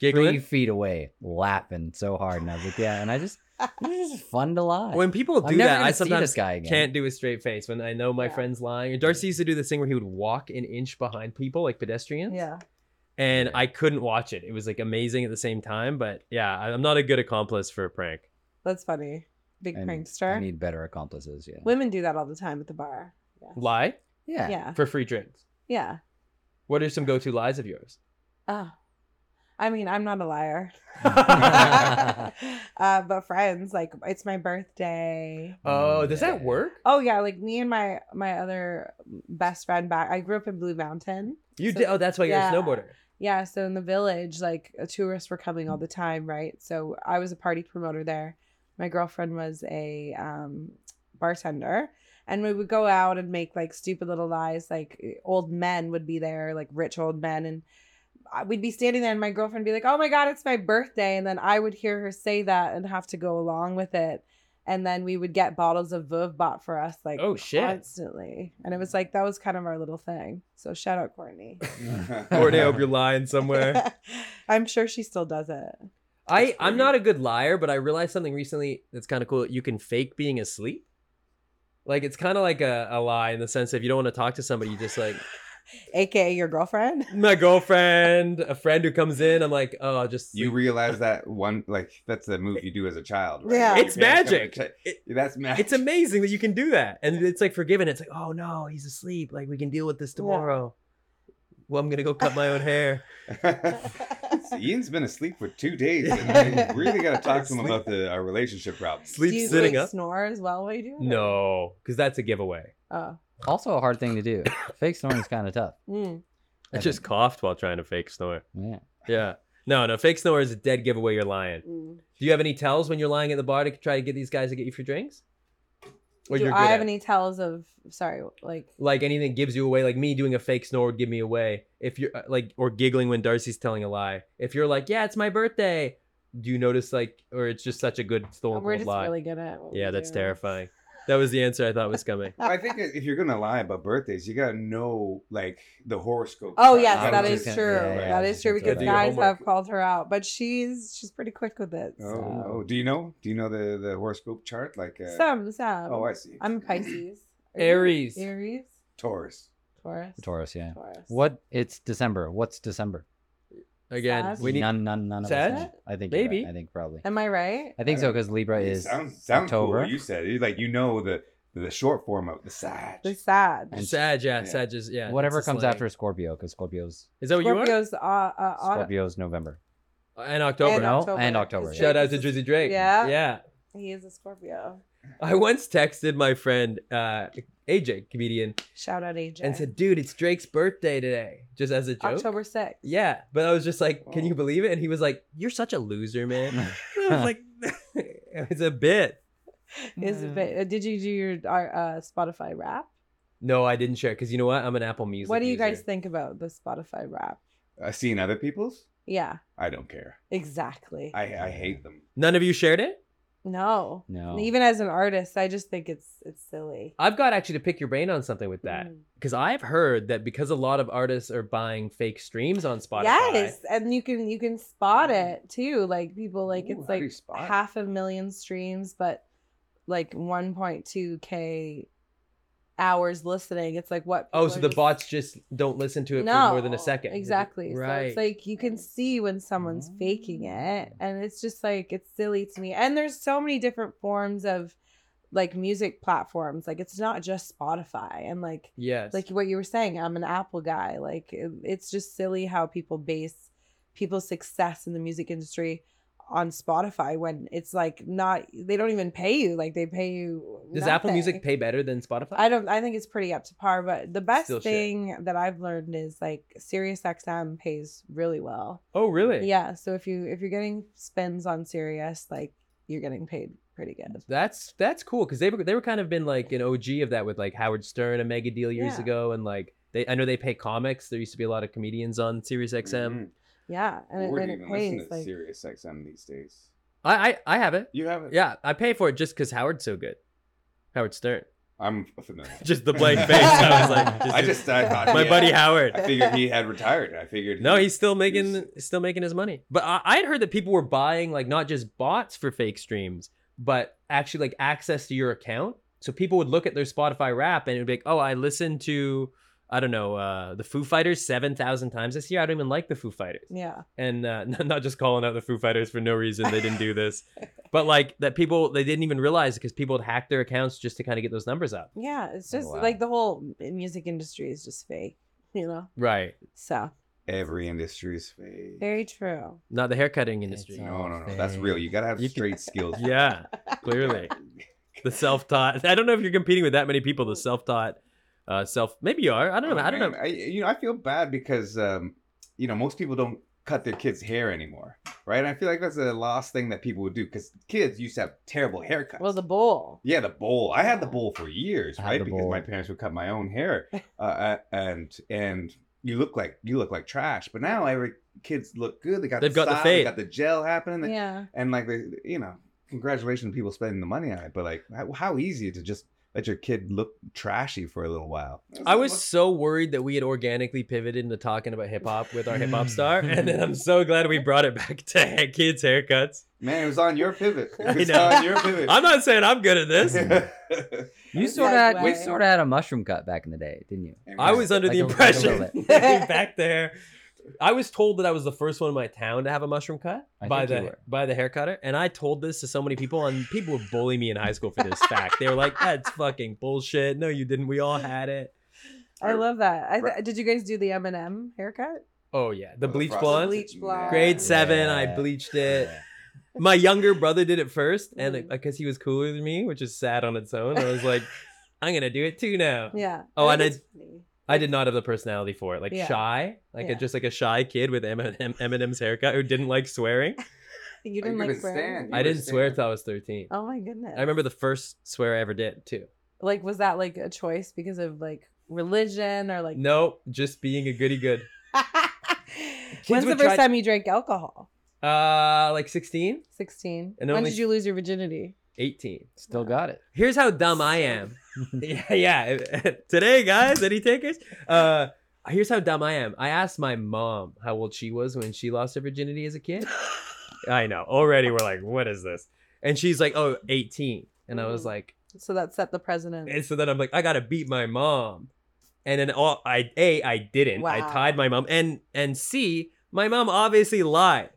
Speaker 6: three
Speaker 1: Giggling.
Speaker 6: feet away, laughing so hard. And I was like, Yeah, and I just it's just fun to lie.
Speaker 1: When people
Speaker 6: I'm
Speaker 1: do
Speaker 6: never
Speaker 1: that,
Speaker 6: gonna
Speaker 1: I
Speaker 6: see this
Speaker 1: sometimes
Speaker 6: guy again.
Speaker 1: can't do a straight face when I know my
Speaker 5: Yeah.
Speaker 1: friend's lying. And Darcy used to do this thing where he would walk an inch behind people, like pedestrians.
Speaker 5: Yeah.
Speaker 1: and
Speaker 6: Yeah.
Speaker 1: I couldn't watch it. It was like amazing at the same time, but yeah, I- I'm not a good accomplice for a prank.
Speaker 5: That's funny. Big
Speaker 6: And I
Speaker 5: prankster.
Speaker 6: need better accomplices, yeah.
Speaker 5: Women do that all the time at the bar.
Speaker 1: Lie
Speaker 6: yeah.
Speaker 5: Yeah.
Speaker 1: for free drinks.
Speaker 5: Yeah.
Speaker 1: What are some go-to lies of yours?
Speaker 5: Oh. I mean, I'm not a liar. uh,
Speaker 6: Yeah.
Speaker 5: but friends, like it's my birthday.
Speaker 1: Oh, does that
Speaker 6: Mm, Yeah.
Speaker 1: work?
Speaker 5: Oh yeah, like me and my my other best friend back. I grew up in Blue Mountain.
Speaker 1: You
Speaker 5: So-
Speaker 1: did. Oh, that's why you're
Speaker 5: yeah.
Speaker 1: a snowboarder.
Speaker 5: Yeah, so in the village, like uh, tourists were coming all the time, right? So I was a party promoter there. My girlfriend was a um, bartender, and we would go out and make like stupid little lies. Like eh, old men would be there, like rich old men, and I- we'd be standing there, and my girlfriend would be like, "Oh my god, it's my birthday," and then I would hear her say that and have to go along with it. and then we would get bottles of Veuve bought for us like
Speaker 1: Oh, shit.
Speaker 5: constantly, and it was like that was kind of our little thing. So shout out Courtney.
Speaker 1: Courtney, I hope you're lying somewhere.
Speaker 5: I'm sure she still does it.
Speaker 1: I I'm not a good liar, but I realized something recently that's kind of cool. You can fake being asleep. Like it's kind of like a, a lie in the sense if you don't want to talk to somebody, you just like
Speaker 5: AKA your girlfriend.
Speaker 1: my girlfriend, a friend who comes in. I'm like, oh, I'll just
Speaker 4: you
Speaker 1: sleep."
Speaker 4: realize that one like that's the move you do as a child. Right?
Speaker 5: Yeah.
Speaker 4: Like,
Speaker 1: it's
Speaker 4: yeah, come to
Speaker 1: magic.
Speaker 4: check-
Speaker 1: It-
Speaker 4: That's magic.
Speaker 1: it's amazing that you can do that, and it's like forgiven. It's like, oh no, he's asleep. Like we can deal with this
Speaker 5: Yeah.
Speaker 1: tomorrow. Well, I'm gonna go cut my own hair.
Speaker 4: So Ian's been asleep for two days, and I really got to talk to him about the our relationship problems.
Speaker 5: Do
Speaker 1: Sleep
Speaker 5: you
Speaker 1: sitting
Speaker 5: like,
Speaker 1: up.
Speaker 5: snore as well while you do it?
Speaker 1: No, because that's a giveaway.
Speaker 5: Oh.
Speaker 6: Also, a hard thing to do. Fake snoring is kind of tough.
Speaker 5: Mm.
Speaker 1: I just coughed while trying to fake snore.
Speaker 6: Yeah.
Speaker 1: Yeah. No, no, fake snore is a dead giveaway. You're lying.
Speaker 5: Mm.
Speaker 1: Do you have any tells when you're lying at the bar to try to get these guys to get you for drinks? Or
Speaker 5: Do
Speaker 1: you're
Speaker 5: I
Speaker 1: good
Speaker 5: have
Speaker 1: at it?
Speaker 5: any tells of sorry, like
Speaker 1: like anything gives you away? Like me doing a fake snore would give me away. If you're uh, like, or giggling when Darcy's telling a lie. If you're like, yeah, it's my birthday. Do you notice like, or it's just such a good stone
Speaker 5: we're
Speaker 1: cold
Speaker 5: just
Speaker 1: lie?
Speaker 5: really good at what we
Speaker 1: yeah, that's
Speaker 5: do.
Speaker 1: terrifying. That was the answer I thought was coming.
Speaker 4: I think that if you're gonna lie about birthdays, you gotta know like the horoscope.
Speaker 5: Oh
Speaker 4: chart.
Speaker 5: yes,
Speaker 6: I was
Speaker 5: that is
Speaker 6: just gonna-
Speaker 5: true.
Speaker 6: yeah, yeah, I
Speaker 5: that
Speaker 6: was
Speaker 5: is
Speaker 6: just
Speaker 5: true
Speaker 6: gonna throw
Speaker 5: because
Speaker 1: that out.
Speaker 5: guys
Speaker 1: Homework.
Speaker 5: have called her out, but she's she's pretty quick with it.
Speaker 4: Oh,
Speaker 5: so.
Speaker 4: oh, do you know? Do you know the the horoscope chart? Like, uh,
Speaker 5: Some, some.
Speaker 4: oh, I see.
Speaker 5: um, I'm a Pisces. Are you
Speaker 1: Aries.
Speaker 5: Aries.
Speaker 4: Taurus.
Speaker 5: Taurus.
Speaker 6: Taurus, yeah.
Speaker 5: Taurus.
Speaker 6: What? It's December. What's December?
Speaker 1: Again,
Speaker 5: Sass.
Speaker 1: we need.
Speaker 6: none, none, none of
Speaker 1: Sag?
Speaker 6: us. know. I think you're right.
Speaker 1: Maybe.
Speaker 6: I think probably.
Speaker 5: Am I right?
Speaker 6: I think so because Libra
Speaker 4: It
Speaker 6: is
Speaker 4: sounds sounds cool
Speaker 6: October.
Speaker 4: what you said. You, like you know the the short form of the Sag.
Speaker 5: The sad.
Speaker 6: and
Speaker 1: Sag, yeah,
Speaker 4: yeah.
Speaker 1: Sag is yeah.
Speaker 6: whatever
Speaker 1: it's a
Speaker 6: comes
Speaker 1: slang.
Speaker 6: after Scorpio because Scorpio's
Speaker 1: Is that what Oh, you
Speaker 5: Scorpio's uh, uh, autumn.
Speaker 6: Scorpio's November.
Speaker 1: are? And October.
Speaker 6: And No, and October,
Speaker 5: Because
Speaker 6: yeah.
Speaker 1: Shout out to
Speaker 5: Drake is
Speaker 1: Drizzy Drake.
Speaker 5: Yeah.
Speaker 1: Yeah.
Speaker 5: a- He is a Scorpio.
Speaker 1: I once texted my friend uh, AJ, comedian,
Speaker 5: Shout out AJ.
Speaker 1: and said, "Dude, it's Drake's birthday today," just as a joke.
Speaker 5: October 6th.
Speaker 1: Yeah, but I was just like, "Can you
Speaker 4: Oh.
Speaker 1: believe it?" And he was like, "You're such a loser, man." I was like, "It's a bit."
Speaker 5: Is it, ba- uh, did you do your our, uh, Spotify rap?
Speaker 1: No, I didn't share because you know what? I'm an Apple Music.
Speaker 5: What do you
Speaker 1: user.
Speaker 5: guys think about the Spotify rap?
Speaker 4: I've seen other people's.
Speaker 5: Yeah,
Speaker 4: I don't care.
Speaker 5: exactly.
Speaker 4: I I hate them.
Speaker 1: None of you shared it.
Speaker 5: no.
Speaker 6: No.
Speaker 5: Even as an artist, I just think it's it's silly.
Speaker 1: I've got actually to pick your brain on something with that
Speaker 5: Mm.
Speaker 1: because I've heard that because a lot of artists are buying fake streams on Spotify.
Speaker 5: Yes, and you can you can spot it too. Like people like
Speaker 4: Ooh,
Speaker 5: it's
Speaker 4: how do you
Speaker 5: like
Speaker 4: spot it?
Speaker 5: half a million streams, but like 1.2k hours listening. It's like what?
Speaker 1: Oh,
Speaker 5: people
Speaker 1: so
Speaker 5: are
Speaker 1: the
Speaker 5: just-
Speaker 1: bots just don't listen to it
Speaker 5: no,
Speaker 1: for more than a second.
Speaker 5: Exactly. So
Speaker 1: Right. Mm.
Speaker 5: it's like you can see when someone's faking it. And it's just like it's silly to me. And there's so many different forms of like music platforms. Like it's not just Spotify. And like
Speaker 1: yes.
Speaker 5: like what you were saying, I'm an Apple guy. Like it- it's just silly how people base people's success in the music industry on Spotify when it's like not they don't even pay you. Like they pay you
Speaker 1: Does Apple Music
Speaker 5: nothing.
Speaker 1: pay better than Spotify?
Speaker 5: I don't. I think it's pretty up to par. But the best
Speaker 1: Still shit.
Speaker 5: thing that I've learned is like SiriusXM pays really well.
Speaker 1: Oh, really?
Speaker 5: Yeah. So if you if you're getting spins on Sirius, like you're getting paid pretty good.
Speaker 1: That's that's cool because they were they were kind of been like an OG of that with like Howard Stern a mega deal years
Speaker 5: Yeah.
Speaker 1: ago and like they I know they pay comics. There used to be a lot of comedians on Sirius XM.
Speaker 4: Mhm.
Speaker 5: Yeah, and it,
Speaker 4: Where
Speaker 5: and
Speaker 4: do
Speaker 5: it
Speaker 4: you even listen
Speaker 5: pays
Speaker 4: to
Speaker 5: like
Speaker 4: Sirius XM these days?
Speaker 1: I, I I have it.
Speaker 4: You have it.
Speaker 1: Yeah, I pay for it just because Howard's so good. Howard Stern.
Speaker 4: I'm familiar.
Speaker 1: Just the blank face. I was like,
Speaker 4: I just I thought
Speaker 1: my
Speaker 4: he-
Speaker 1: buddy Howard.
Speaker 4: I figured he had retired. I figured
Speaker 1: No,
Speaker 4: he-
Speaker 1: he's still making still making his money. But I, I had heard that people were buying like not just bots for fake streams, but actually like access to your account. So people would look at their Spotify rap and it would be like, oh, I listened to I don't know uh, the Foo Fighters seven thousand times this year. I don't even like the Foo Fighters,
Speaker 5: yeah.
Speaker 1: and uh, not- not just calling out the Foo Fighters for no reason. They didn't do this, but like that people they didn't even realize because people would hack their accounts just to kind of get those numbers up.
Speaker 5: Yeah, it's
Speaker 6: Oh,
Speaker 5: just
Speaker 6: wow.
Speaker 5: like the whole music industry is just fake, you know.
Speaker 1: Right.
Speaker 5: So
Speaker 4: every industry's fake.
Speaker 5: very true.
Speaker 1: Not the haircutting industry.
Speaker 6: It's
Speaker 4: no, no, no. That's real. You gotta have
Speaker 1: You can-
Speaker 4: straight skills.
Speaker 1: Yeah, clearly. the self-taught i don't know if you're competing with that many people the self-taught uh self maybe you are i don't know i don't know
Speaker 4: I, you know, I feel bad because um, you know most people don't cut their kids' hair anymore, right? And I feel like that's a lost thing that people would do because kids used to have terrible haircuts.
Speaker 5: Well, the bowl.
Speaker 4: yeah, the bowl. I had the bowl for years,
Speaker 6: I had
Speaker 4: right?
Speaker 6: the
Speaker 4: Because
Speaker 6: bowl.
Speaker 4: my parents would cut my own hair, uh, uh, and and you look like you look like trash. But now every kids look good. They got
Speaker 1: They've
Speaker 4: the
Speaker 1: got the
Speaker 4: style,
Speaker 1: fade.
Speaker 4: They got the gel happening,
Speaker 5: Yeah.
Speaker 4: and like they, you know, congratulations to people spending the money on it, but like, how, how easy to just let your kid look trashy for a little while?
Speaker 1: I was so worried that we had organically pivoted into talking about hip hop with our hip hop star,
Speaker 6: Mm.
Speaker 1: and then I'm so glad we brought it back to kids' haircuts.
Speaker 4: man, it was on your pivot. It
Speaker 1: I
Speaker 4: was
Speaker 1: know.
Speaker 4: on your pivot.
Speaker 1: I'm not saying I'm good at this.
Speaker 6: You
Speaker 5: That's
Speaker 6: sort of had
Speaker 5: way.
Speaker 6: you sort of had a mushroom cut back in the day, didn't you?
Speaker 1: I was under
Speaker 6: Like
Speaker 1: the
Speaker 6: a- like a little
Speaker 1: impression
Speaker 5: bit.
Speaker 1: that we back there. I was told that I was the first one in my town to have a mushroom cut
Speaker 6: I
Speaker 1: by
Speaker 6: think you
Speaker 1: the
Speaker 6: were.
Speaker 1: by the haircutter, and I told this to so many people, and people would bully me in high school for this fact. They were like, "That's fucking bullshit." No, you didn't. We all had it.
Speaker 5: I love that. I th- did you guys do the Eminem haircut?
Speaker 1: Oh yeah, the
Speaker 4: The
Speaker 1: bleach
Speaker 4: frost-
Speaker 1: blonde,
Speaker 5: Bleach blonde.
Speaker 1: grade seven. I
Speaker 6: Yeah.
Speaker 1: bleached it. my younger brother did it first, and
Speaker 5: Mhm.
Speaker 1: because he was cooler than me, which is sad on its own, I was like, "I'm gonna do it too now."
Speaker 5: Yeah.
Speaker 1: Oh,
Speaker 5: I
Speaker 1: and
Speaker 5: think
Speaker 1: I-
Speaker 5: it's funny.
Speaker 1: I did not have the personality for it. Like
Speaker 5: Yeah.
Speaker 1: shy, like a,
Speaker 5: Yeah.
Speaker 1: just like a shy kid with Eminem, Eminem's haircut who didn't like swearing.
Speaker 5: You
Speaker 4: Oh, you
Speaker 5: didn't like
Speaker 4: couldn't
Speaker 5: swearing.
Speaker 4: stand.
Speaker 1: I didn't swear
Speaker 4: understand.
Speaker 1: till I was 13.
Speaker 5: Oh my goodness.
Speaker 1: I remember the first swear I ever did too.
Speaker 5: Like, was that like a choice because of like religion or like?
Speaker 1: No, just being a goody good.
Speaker 5: When's the
Speaker 1: would
Speaker 5: first
Speaker 1: try-
Speaker 5: time you drank alcohol?
Speaker 1: Uh, like 16,
Speaker 5: Sixteen.
Speaker 1: And
Speaker 5: when
Speaker 1: only-
Speaker 5: did you lose your virginity?
Speaker 1: 18.
Speaker 6: Still got it.
Speaker 1: Here's how dumb I am. yeah, yeah. Today, guys, any takers? Uh, here's how dumb I am. I asked my mom how old she was when she lost her virginity as a kid. I know. Already, we're like, what is this? And she's like, oh, 18. And I was
Speaker 5: Mhm.
Speaker 1: like,
Speaker 5: So that set the precedent.
Speaker 1: and so then I'm like, I gotta beat my mom. And then all I a I didn't. I
Speaker 5: Wow.
Speaker 1: tied my mom. And and c my mom obviously lied.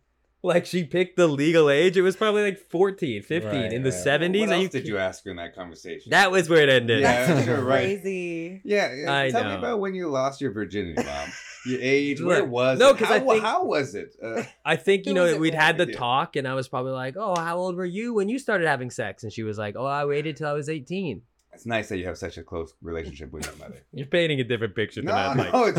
Speaker 1: Like she picked the legal age. It was probably like 14, 15
Speaker 6: Right,
Speaker 1: in the
Speaker 6: right.
Speaker 1: 70s.
Speaker 4: What
Speaker 1: Are
Speaker 4: else
Speaker 1: you
Speaker 4: did
Speaker 1: kidding-
Speaker 4: you ask her in that conversation?
Speaker 1: That was where it ended.
Speaker 4: Yeah,
Speaker 5: That's
Speaker 4: sure, right.
Speaker 5: crazy.
Speaker 4: Yeah, yeah.
Speaker 1: I
Speaker 4: tell me
Speaker 1: know.
Speaker 4: about when you lost your virginity, mom. Your age, where
Speaker 1: Look,
Speaker 4: was
Speaker 1: no,
Speaker 4: it?
Speaker 1: 'cause I
Speaker 4: How-
Speaker 1: think-
Speaker 4: how was it? Uh,
Speaker 1: I think you
Speaker 5: Who
Speaker 1: know
Speaker 5: was
Speaker 1: that
Speaker 5: it
Speaker 1: we'd
Speaker 5: with?
Speaker 1: had the
Speaker 4: Yeah.
Speaker 1: talk, and I was probably like, "Oh, how old were you when you started having sex?" And she was like, "Oh, I waited till I was 18."
Speaker 4: it's nice that you have such a close relationship with your mother.
Speaker 1: You're painting a different picture than
Speaker 4: no,
Speaker 1: I like.
Speaker 4: no, it's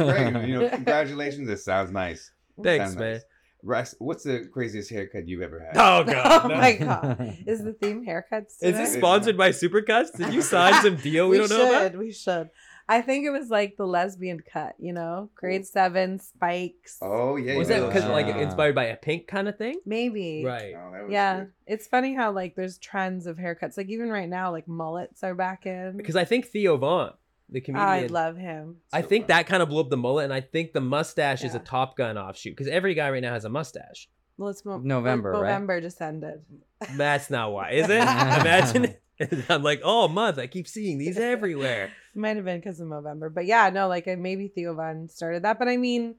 Speaker 4: great. You know, congratulations. This sounds nice.
Speaker 1: Thanks,
Speaker 4: Sounds
Speaker 1: man.
Speaker 4: nice. Russ, what's the craziest haircut you've ever had?
Speaker 1: Oh god.
Speaker 5: Oh
Speaker 1: no.
Speaker 5: my god. Is the theme haircuts?
Speaker 1: Is
Speaker 5: today?
Speaker 1: this sponsored by Supercuts? Did you sign some deal we, don't
Speaker 5: should,
Speaker 1: know about?
Speaker 5: We should. I think it was like the lesbian cut, you know, grade seven spikes.
Speaker 4: Oh yeah.
Speaker 1: Was
Speaker 4: you
Speaker 1: that
Speaker 4: got a
Speaker 1: because
Speaker 4: little
Speaker 1: like
Speaker 4: short.
Speaker 1: inspired by a pink kind of thing?
Speaker 5: Maybe.
Speaker 1: Right.
Speaker 4: Oh, that was
Speaker 5: Yeah.
Speaker 4: good.
Speaker 5: It's funny how like there's trends of haircuts. Like even right now, like mullets are back in.
Speaker 1: Because I think Theo Vaughn, the comedian,
Speaker 5: I
Speaker 1: I,
Speaker 5: love him.
Speaker 4: So
Speaker 1: think
Speaker 4: fun.
Speaker 1: that kind of blew up the mullet, and I think the mustache is a
Speaker 5: Yeah.
Speaker 1: Top Gun offshoot because every guy right now has a mustache.
Speaker 5: Well, it's mo-
Speaker 6: November, right?
Speaker 5: November just ended.
Speaker 1: That's not why, is it? Imagine. I'm like, oh, month. I keep seeing these everywhere.
Speaker 5: Might have been because of November, but yeah, no, like I maybe Theo Von started that, but I mean,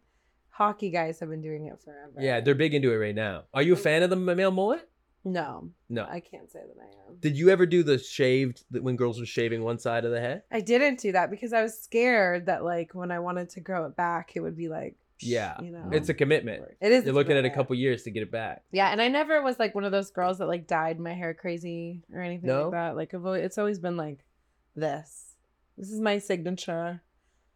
Speaker 5: hockey guys have been doing it forever.
Speaker 1: Yeah, they're big into it right now. Are you a fan of the male mullet?
Speaker 5: no,
Speaker 1: No.
Speaker 5: I can't say that I am.
Speaker 1: Did you ever do the shaved that when girls were shaving one side of the head?
Speaker 5: I didn't do that because I was scared that like when I wanted to grow it back, it would be like
Speaker 1: Yeah.
Speaker 5: you know,
Speaker 1: It's a commitment.
Speaker 5: it is
Speaker 1: You're looking at a
Speaker 5: commitment.
Speaker 1: couple years to get it back.
Speaker 5: Yeah, and I never was like one of those girls that like dyed my hair crazy or anything
Speaker 1: No?
Speaker 5: like that. Like I've always, it's always been like this. This is my signature.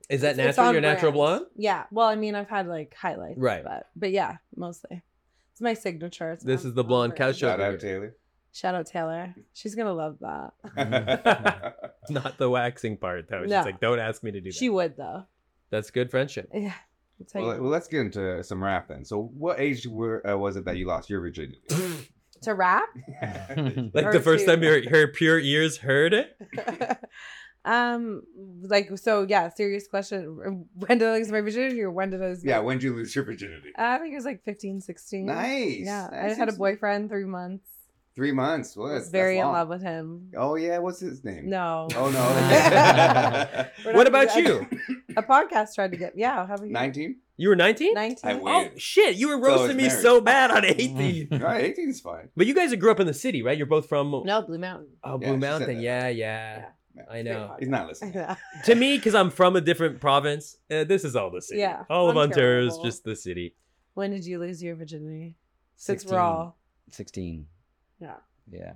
Speaker 1: Is that
Speaker 5: It's- it's
Speaker 1: natural?
Speaker 5: on
Speaker 1: Your natural
Speaker 5: brand.
Speaker 1: blonde?
Speaker 5: Yeah. Well, I mean, I've had like highlights,
Speaker 1: Right.
Speaker 5: But but yeah, mostly. It's my signature. It's
Speaker 1: This
Speaker 5: on-
Speaker 1: is the
Speaker 5: on
Speaker 1: blonde
Speaker 5: brand.
Speaker 1: couch
Speaker 4: Shout
Speaker 1: Sugar.
Speaker 4: out Taylor.
Speaker 5: Shout out Taylor. She's gonna love that.
Speaker 1: Not the waxing part though. She's
Speaker 5: No.
Speaker 1: like, don't ask me to do that.
Speaker 5: She would though.
Speaker 1: That's good friendship.
Speaker 5: Yeah. It's like,
Speaker 4: well, well, let's get into some rap then. So, what age were uh, was it that you lost your virginity?
Speaker 5: to rap.
Speaker 1: Like
Speaker 5: Her
Speaker 1: the first
Speaker 5: too.
Speaker 1: time your her pure ears heard it.
Speaker 5: um, like so. Yeah. Serious question. When did I lose my virginity? Or when did I lose? my-
Speaker 4: yeah, when did you lose your virginity?
Speaker 5: I think it was like 15, 16.
Speaker 4: nice.
Speaker 5: Yeah,
Speaker 4: Nice.
Speaker 5: I had a boyfriend three months.
Speaker 4: Three months. Well,
Speaker 5: I
Speaker 4: that's,
Speaker 5: was very
Speaker 4: that's
Speaker 5: in
Speaker 4: long.
Speaker 5: love with him.
Speaker 4: Oh yeah, what's his name?
Speaker 5: No.
Speaker 4: Oh no.
Speaker 6: We're
Speaker 5: We're
Speaker 1: What
Speaker 5: not gonna
Speaker 1: about
Speaker 5: do
Speaker 1: you?
Speaker 5: that. A podcast tried to get yeah. How about you?
Speaker 4: Nineteen.
Speaker 1: You were 19?
Speaker 4: I
Speaker 5: 19.
Speaker 4: win.
Speaker 1: Oh shit, you were
Speaker 4: So I was
Speaker 1: roasting me
Speaker 4: married.
Speaker 1: so bad on 18.
Speaker 4: No, 18's fine.
Speaker 1: but you guys grew up in the city, right? You're both from
Speaker 5: No, Blue Mountain.
Speaker 1: Oh,
Speaker 4: Yeah,
Speaker 1: Blue
Speaker 4: she said
Speaker 1: Mountain.
Speaker 4: that.
Speaker 1: Yeah, yeah,
Speaker 4: Yeah.
Speaker 1: I know.
Speaker 4: He's not listening.
Speaker 1: to me, because I'm from a different province, uh, this is all the city.
Speaker 5: Yeah,
Speaker 1: All of Ontario is
Speaker 5: Ontario.
Speaker 1: just the city.
Speaker 5: when did you lose your virginity? Since
Speaker 6: 16.
Speaker 5: we're all
Speaker 6: Sixteen.
Speaker 5: Yeah.
Speaker 6: Yeah.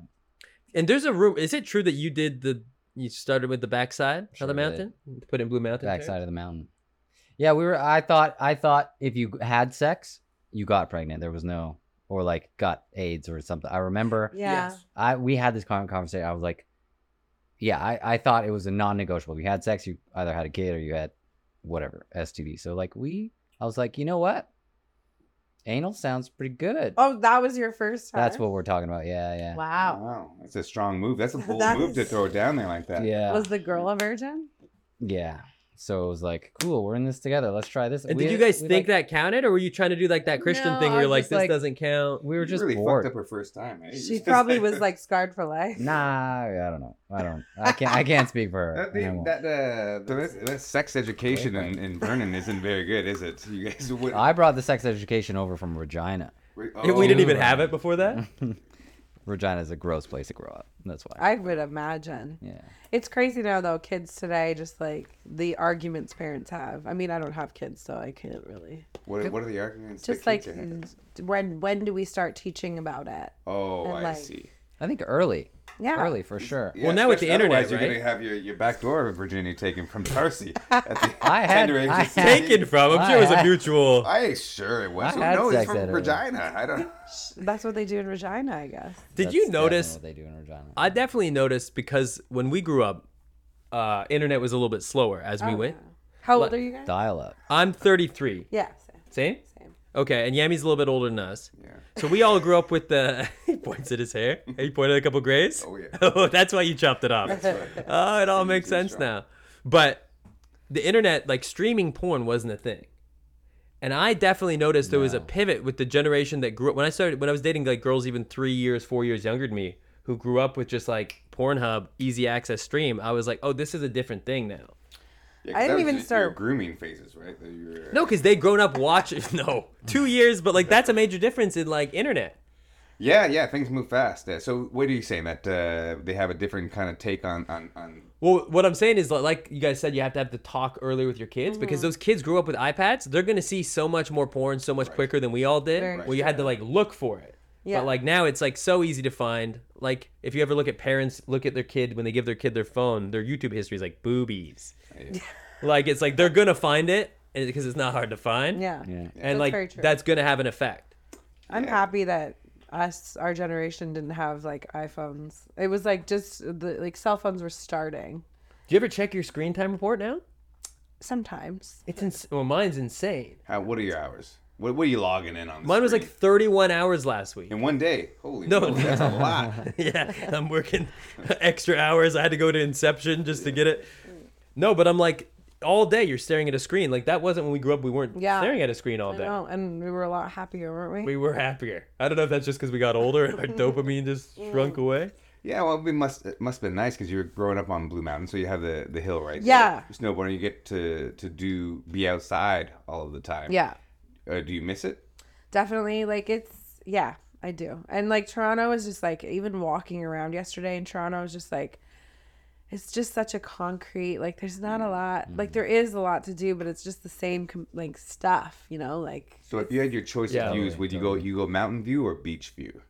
Speaker 1: And there's a room. Is it true that you did the, you started with the backside
Speaker 6: Sure
Speaker 1: of the
Speaker 6: did.
Speaker 1: mountain? Put in Blue Mountain? terms?
Speaker 6: Backside of the mountain. Yeah, we were. I thought. I thought if you had sex, you got pregnant. There was no, or like got AIDS or something. I remember.
Speaker 5: yeah.
Speaker 1: Yes.
Speaker 6: I we had this con- conversation. I was like, yeah, I, I thought it was a non-negotiable. If you had sex, you either had a kid or you had whatever STD. So like we, I was like, you know what? Anal sounds pretty good.
Speaker 5: Oh, that was your first time.
Speaker 6: That's what we're talking about. Yeah, yeah.
Speaker 5: Wow.
Speaker 4: Wow, that's a strong move. That's a bold
Speaker 5: That
Speaker 4: move to
Speaker 5: is-
Speaker 4: throw it down there like that.
Speaker 6: Yeah.
Speaker 5: Was the girl a virgin?
Speaker 6: yeah. So it was like, cool, we're in this together. Let's try this.
Speaker 1: And
Speaker 6: We-
Speaker 1: did you guys
Speaker 6: we,
Speaker 1: think that
Speaker 6: like-
Speaker 1: counted, or were you trying to do like that Christian
Speaker 6: No,
Speaker 1: thing
Speaker 6: I
Speaker 1: where you're
Speaker 6: was
Speaker 1: like,
Speaker 6: just
Speaker 1: this
Speaker 6: like-
Speaker 1: doesn't count?
Speaker 6: we were just
Speaker 4: really
Speaker 6: bored?
Speaker 4: fucked up her first time. eh?
Speaker 5: She probably was like scarred for life.
Speaker 6: Nah, I don't know. I don't. I can't. I can't speak for her.
Speaker 4: That,
Speaker 6: and I
Speaker 4: thing-
Speaker 6: won't.
Speaker 4: that, uh, so that's- that's sex education in, in Vernon isn't very good, is it? You guys would.
Speaker 6: I brought the sex education over from Regina.
Speaker 4: we,
Speaker 1: we didn't
Speaker 4: oh,
Speaker 1: even have it before that.
Speaker 6: Regina is a gross place to grow up. That's why.
Speaker 5: I would imagine.
Speaker 6: yeah.
Speaker 5: It's crazy now though, kids today just like the arguments parents have. I mean, I don't have kids, so I can't really.
Speaker 4: What, what are the arguments? that
Speaker 5: Just like
Speaker 4: kids are having?
Speaker 5: when when do we start teaching about it?
Speaker 4: Oh,
Speaker 5: and,
Speaker 4: I
Speaker 5: like-
Speaker 4: see.
Speaker 6: I think early.
Speaker 5: Yeah.
Speaker 6: Early for sure.
Speaker 4: Yeah,
Speaker 1: now with the
Speaker 4: especially-
Speaker 1: internet,
Speaker 4: otherwise you're
Speaker 1: right?
Speaker 4: gonna have your, your back door of virginity taken from Darcy. At the
Speaker 6: I had-
Speaker 4: tender age
Speaker 6: I
Speaker 4: of
Speaker 6: had-
Speaker 4: 16.
Speaker 1: Taken from. I'm sure it was
Speaker 6: I-
Speaker 1: a
Speaker 6: I-
Speaker 1: mutual.
Speaker 4: I sure it was.
Speaker 6: I
Speaker 4: Who
Speaker 6: had
Speaker 4: knows
Speaker 6: sex
Speaker 4: from
Speaker 6: at a-
Speaker 4: Regina? I don't.
Speaker 5: That's what they do in Regina, I guess.
Speaker 1: Did you
Speaker 6: That's definitely
Speaker 1: notice?
Speaker 6: what they do in Regina?
Speaker 1: I definitely noticed because when we grew up, uh, internet was a little bit slower as we went.
Speaker 5: How old are you guys?
Speaker 6: Dial up.
Speaker 1: I'm 33.
Speaker 5: Yeah. same.
Speaker 1: Same.
Speaker 5: Same.
Speaker 1: Okay, and Yami's a little bit older than us.
Speaker 4: Yeah.
Speaker 1: So we all grew up with the. he points at his hair. He pointed a couple grays.
Speaker 4: Oh, yeah.
Speaker 1: Oh, that's why you chopped it off. Oh, it all makes
Speaker 4: do
Speaker 1: sense
Speaker 4: chop.
Speaker 1: now. But the internet, like streaming porn, wasn't a thing. And I definitely noticed there was a pivot with the generation that grew up. When I started, when I was dating like girls even three years, four years younger than me, who grew up with just like Pornhub, easy access stream, I was like, oh, this is a different thing now.
Speaker 4: Yeah, 'cause that
Speaker 5: I didn't
Speaker 4: was
Speaker 5: even
Speaker 4: just your
Speaker 5: start-
Speaker 4: grooming phases, right? That you were-
Speaker 1: No, because they grown up watching. No, two years, but like that's a major difference in like internet.
Speaker 4: Yeah, yeah, things move fast. Uh, so, what are you saying that uh, they have a different kind of take on on, on
Speaker 1: Well, what I'm saying is, li- like you guys said, you have to have the talk earlier with your kids because
Speaker 5: Mm-hmm.
Speaker 1: those kids grew up with iPads. They're gonna see so much more porn so much quicker than we all did.
Speaker 5: Very
Speaker 1: Well, you had to like look for it.
Speaker 5: Yeah.
Speaker 1: But like now, it's like so easy to find. Like if you ever look at parents, look at their kid when they give their kid their phone, their YouTube history is like boobies. like it's like they're gonna find it because it's not hard to find.
Speaker 5: Yeah.
Speaker 6: Yeah.
Speaker 1: And
Speaker 5: That's
Speaker 1: like
Speaker 5: very true.
Speaker 1: that's gonna have an effect.
Speaker 5: I'm happy that us our generation didn't have like iPhones. It was like just the like cell phones were starting
Speaker 1: Do you ever check your screen time report now?
Speaker 5: sometimes.
Speaker 1: It's ins- well, mine's insane.
Speaker 4: how? What are your hours? What, what are you logging in on? the
Speaker 1: Mine was like
Speaker 4: screen?
Speaker 1: 31 hours last week.
Speaker 4: in one day. Holy
Speaker 1: No,
Speaker 4: no, that's a lot.
Speaker 1: yeah, I'm working extra hours. I had to go to Inception just to get it. No, but I'm like all day you're staring at a screen. Like that wasn't when we grew up. We weren't
Speaker 5: Yeah.
Speaker 1: staring at a screen all
Speaker 5: I
Speaker 1: day.
Speaker 5: know, and we were a lot happier, weren't we?
Speaker 1: We were happier. I don't know if that's just because we got older and our dopamine just shrunk away.
Speaker 4: Yeah, well, it must it must have been nice because you were growing up on Blue Mountain, so you have the, the hill right.
Speaker 5: Yeah.
Speaker 4: So you're snowboarding, you get to to do be outside all of the time.
Speaker 5: Yeah.
Speaker 4: Uh, do you miss it?
Speaker 5: Definitely like it's yeah, I do. And like Toronto is just like even walking around yesterday in Toronto is just like it's just such a concrete like there's not
Speaker 4: Mm-hmm.
Speaker 5: a lot like there is a lot to do but it's just the same com- like stuff you know like
Speaker 4: So if you had your choice
Speaker 1: Yeah.
Speaker 4: of views, would you go you go mountain view or beach view?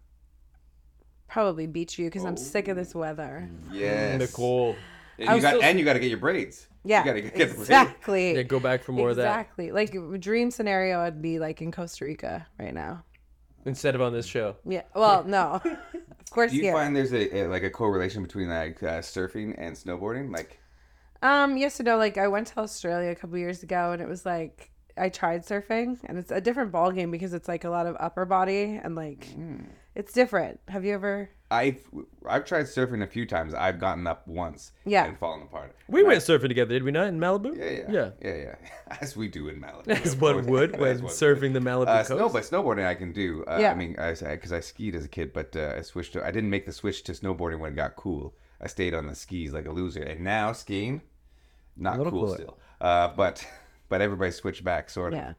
Speaker 5: probably beach view because I'm sick
Speaker 4: Oh.
Speaker 5: of this weather
Speaker 4: Mm. Yes.
Speaker 1: Nicole,
Speaker 4: And you got and you got to get your braids.
Speaker 5: yeah
Speaker 4: You got to get the braids.
Speaker 5: exactly
Speaker 1: yeah, go back for more of
Speaker 5: exactly like a dream scenario I'd be like in Costa Rica right now
Speaker 1: that instead of on this show.
Speaker 5: yeah well no of course
Speaker 4: Do you
Speaker 5: yeah
Speaker 4: find there's a, a like a correlation between like uh, surfing and snowboarding? Like
Speaker 5: Um, yes and no. Like I went to Australia a couple years ago, and it was like I tried surfing, and it's a different ball game because it's like a lot of upper body and like
Speaker 1: Mm.
Speaker 5: it's different. Have you ever?
Speaker 4: I've I've tried surfing a few times. I've gotten up once
Speaker 5: Yeah.
Speaker 4: and fallen apart.
Speaker 1: We went surfing together, did we not? In Malibu.
Speaker 4: Yeah, yeah,
Speaker 1: Yeah.
Speaker 4: yeah, yeah. As we do in Malibu.
Speaker 1: As
Speaker 4: of
Speaker 1: one
Speaker 4: course.
Speaker 1: would
Speaker 4: As
Speaker 1: when
Speaker 4: one would.
Speaker 1: surfing the Malibu
Speaker 4: Uh,
Speaker 1: coast.
Speaker 4: snow, but snowboarding I can do. Uh,
Speaker 5: Yeah.
Speaker 4: I mean, because I, 'cause I skied as a kid, but uh, I switched. To, I didn't make the switch to snowboarding when it got cool. I stayed on the skis like a loser, and now skiing, not cool
Speaker 6: little cooler.
Speaker 4: still. Uh, but but everybody switched back sort of
Speaker 5: Yeah,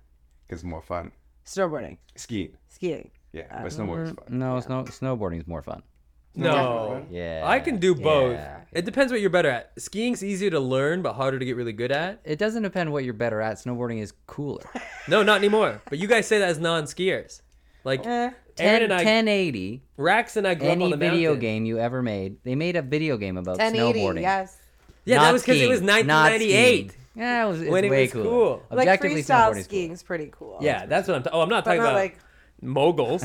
Speaker 4: because it's more fun
Speaker 5: snowboarding,
Speaker 4: skiing.
Speaker 5: skiing.
Speaker 4: Yeah, but
Speaker 5: Uh,
Speaker 4: snowboarding's
Speaker 5: mm-hmm.
Speaker 4: fun.
Speaker 6: No, snow snowboarding is more fun.
Speaker 1: no.
Speaker 6: Yeah.
Speaker 1: I can do both.
Speaker 6: Yeah.
Speaker 1: It depends what you're better at. Skiing's easier to learn, but harder to get really good at.
Speaker 6: It doesn't depend what you're better at. Snowboarding is cooler.
Speaker 1: No, not anymore. But you guys say that as non-skiers. Like
Speaker 5: Eh,
Speaker 1: Aaron
Speaker 6: 10,
Speaker 1: and I,
Speaker 6: 1080.
Speaker 1: Rax and I grew up on
Speaker 6: Eh, Any
Speaker 1: the
Speaker 6: video
Speaker 1: mountain.
Speaker 6: game you ever made, they made a video game about
Speaker 5: 1080.
Speaker 6: snowboarding.
Speaker 5: Yes.
Speaker 1: Yeah, that
Speaker 6: Not
Speaker 1: was because it was
Speaker 6: skiing, not
Speaker 1: 1998.
Speaker 6: skiing. Yeah, it was it's
Speaker 1: When it
Speaker 6: way
Speaker 1: was
Speaker 6: cooler.
Speaker 1: cool.
Speaker 5: Like
Speaker 6: Objectively,
Speaker 5: freestyle
Speaker 6: snowboarding is
Speaker 5: skiing's pretty cool.
Speaker 1: Yeah, that's what I'm. Ta- oh, I'm not
Speaker 5: But
Speaker 1: talking
Speaker 5: not
Speaker 1: about
Speaker 5: like
Speaker 1: moguls.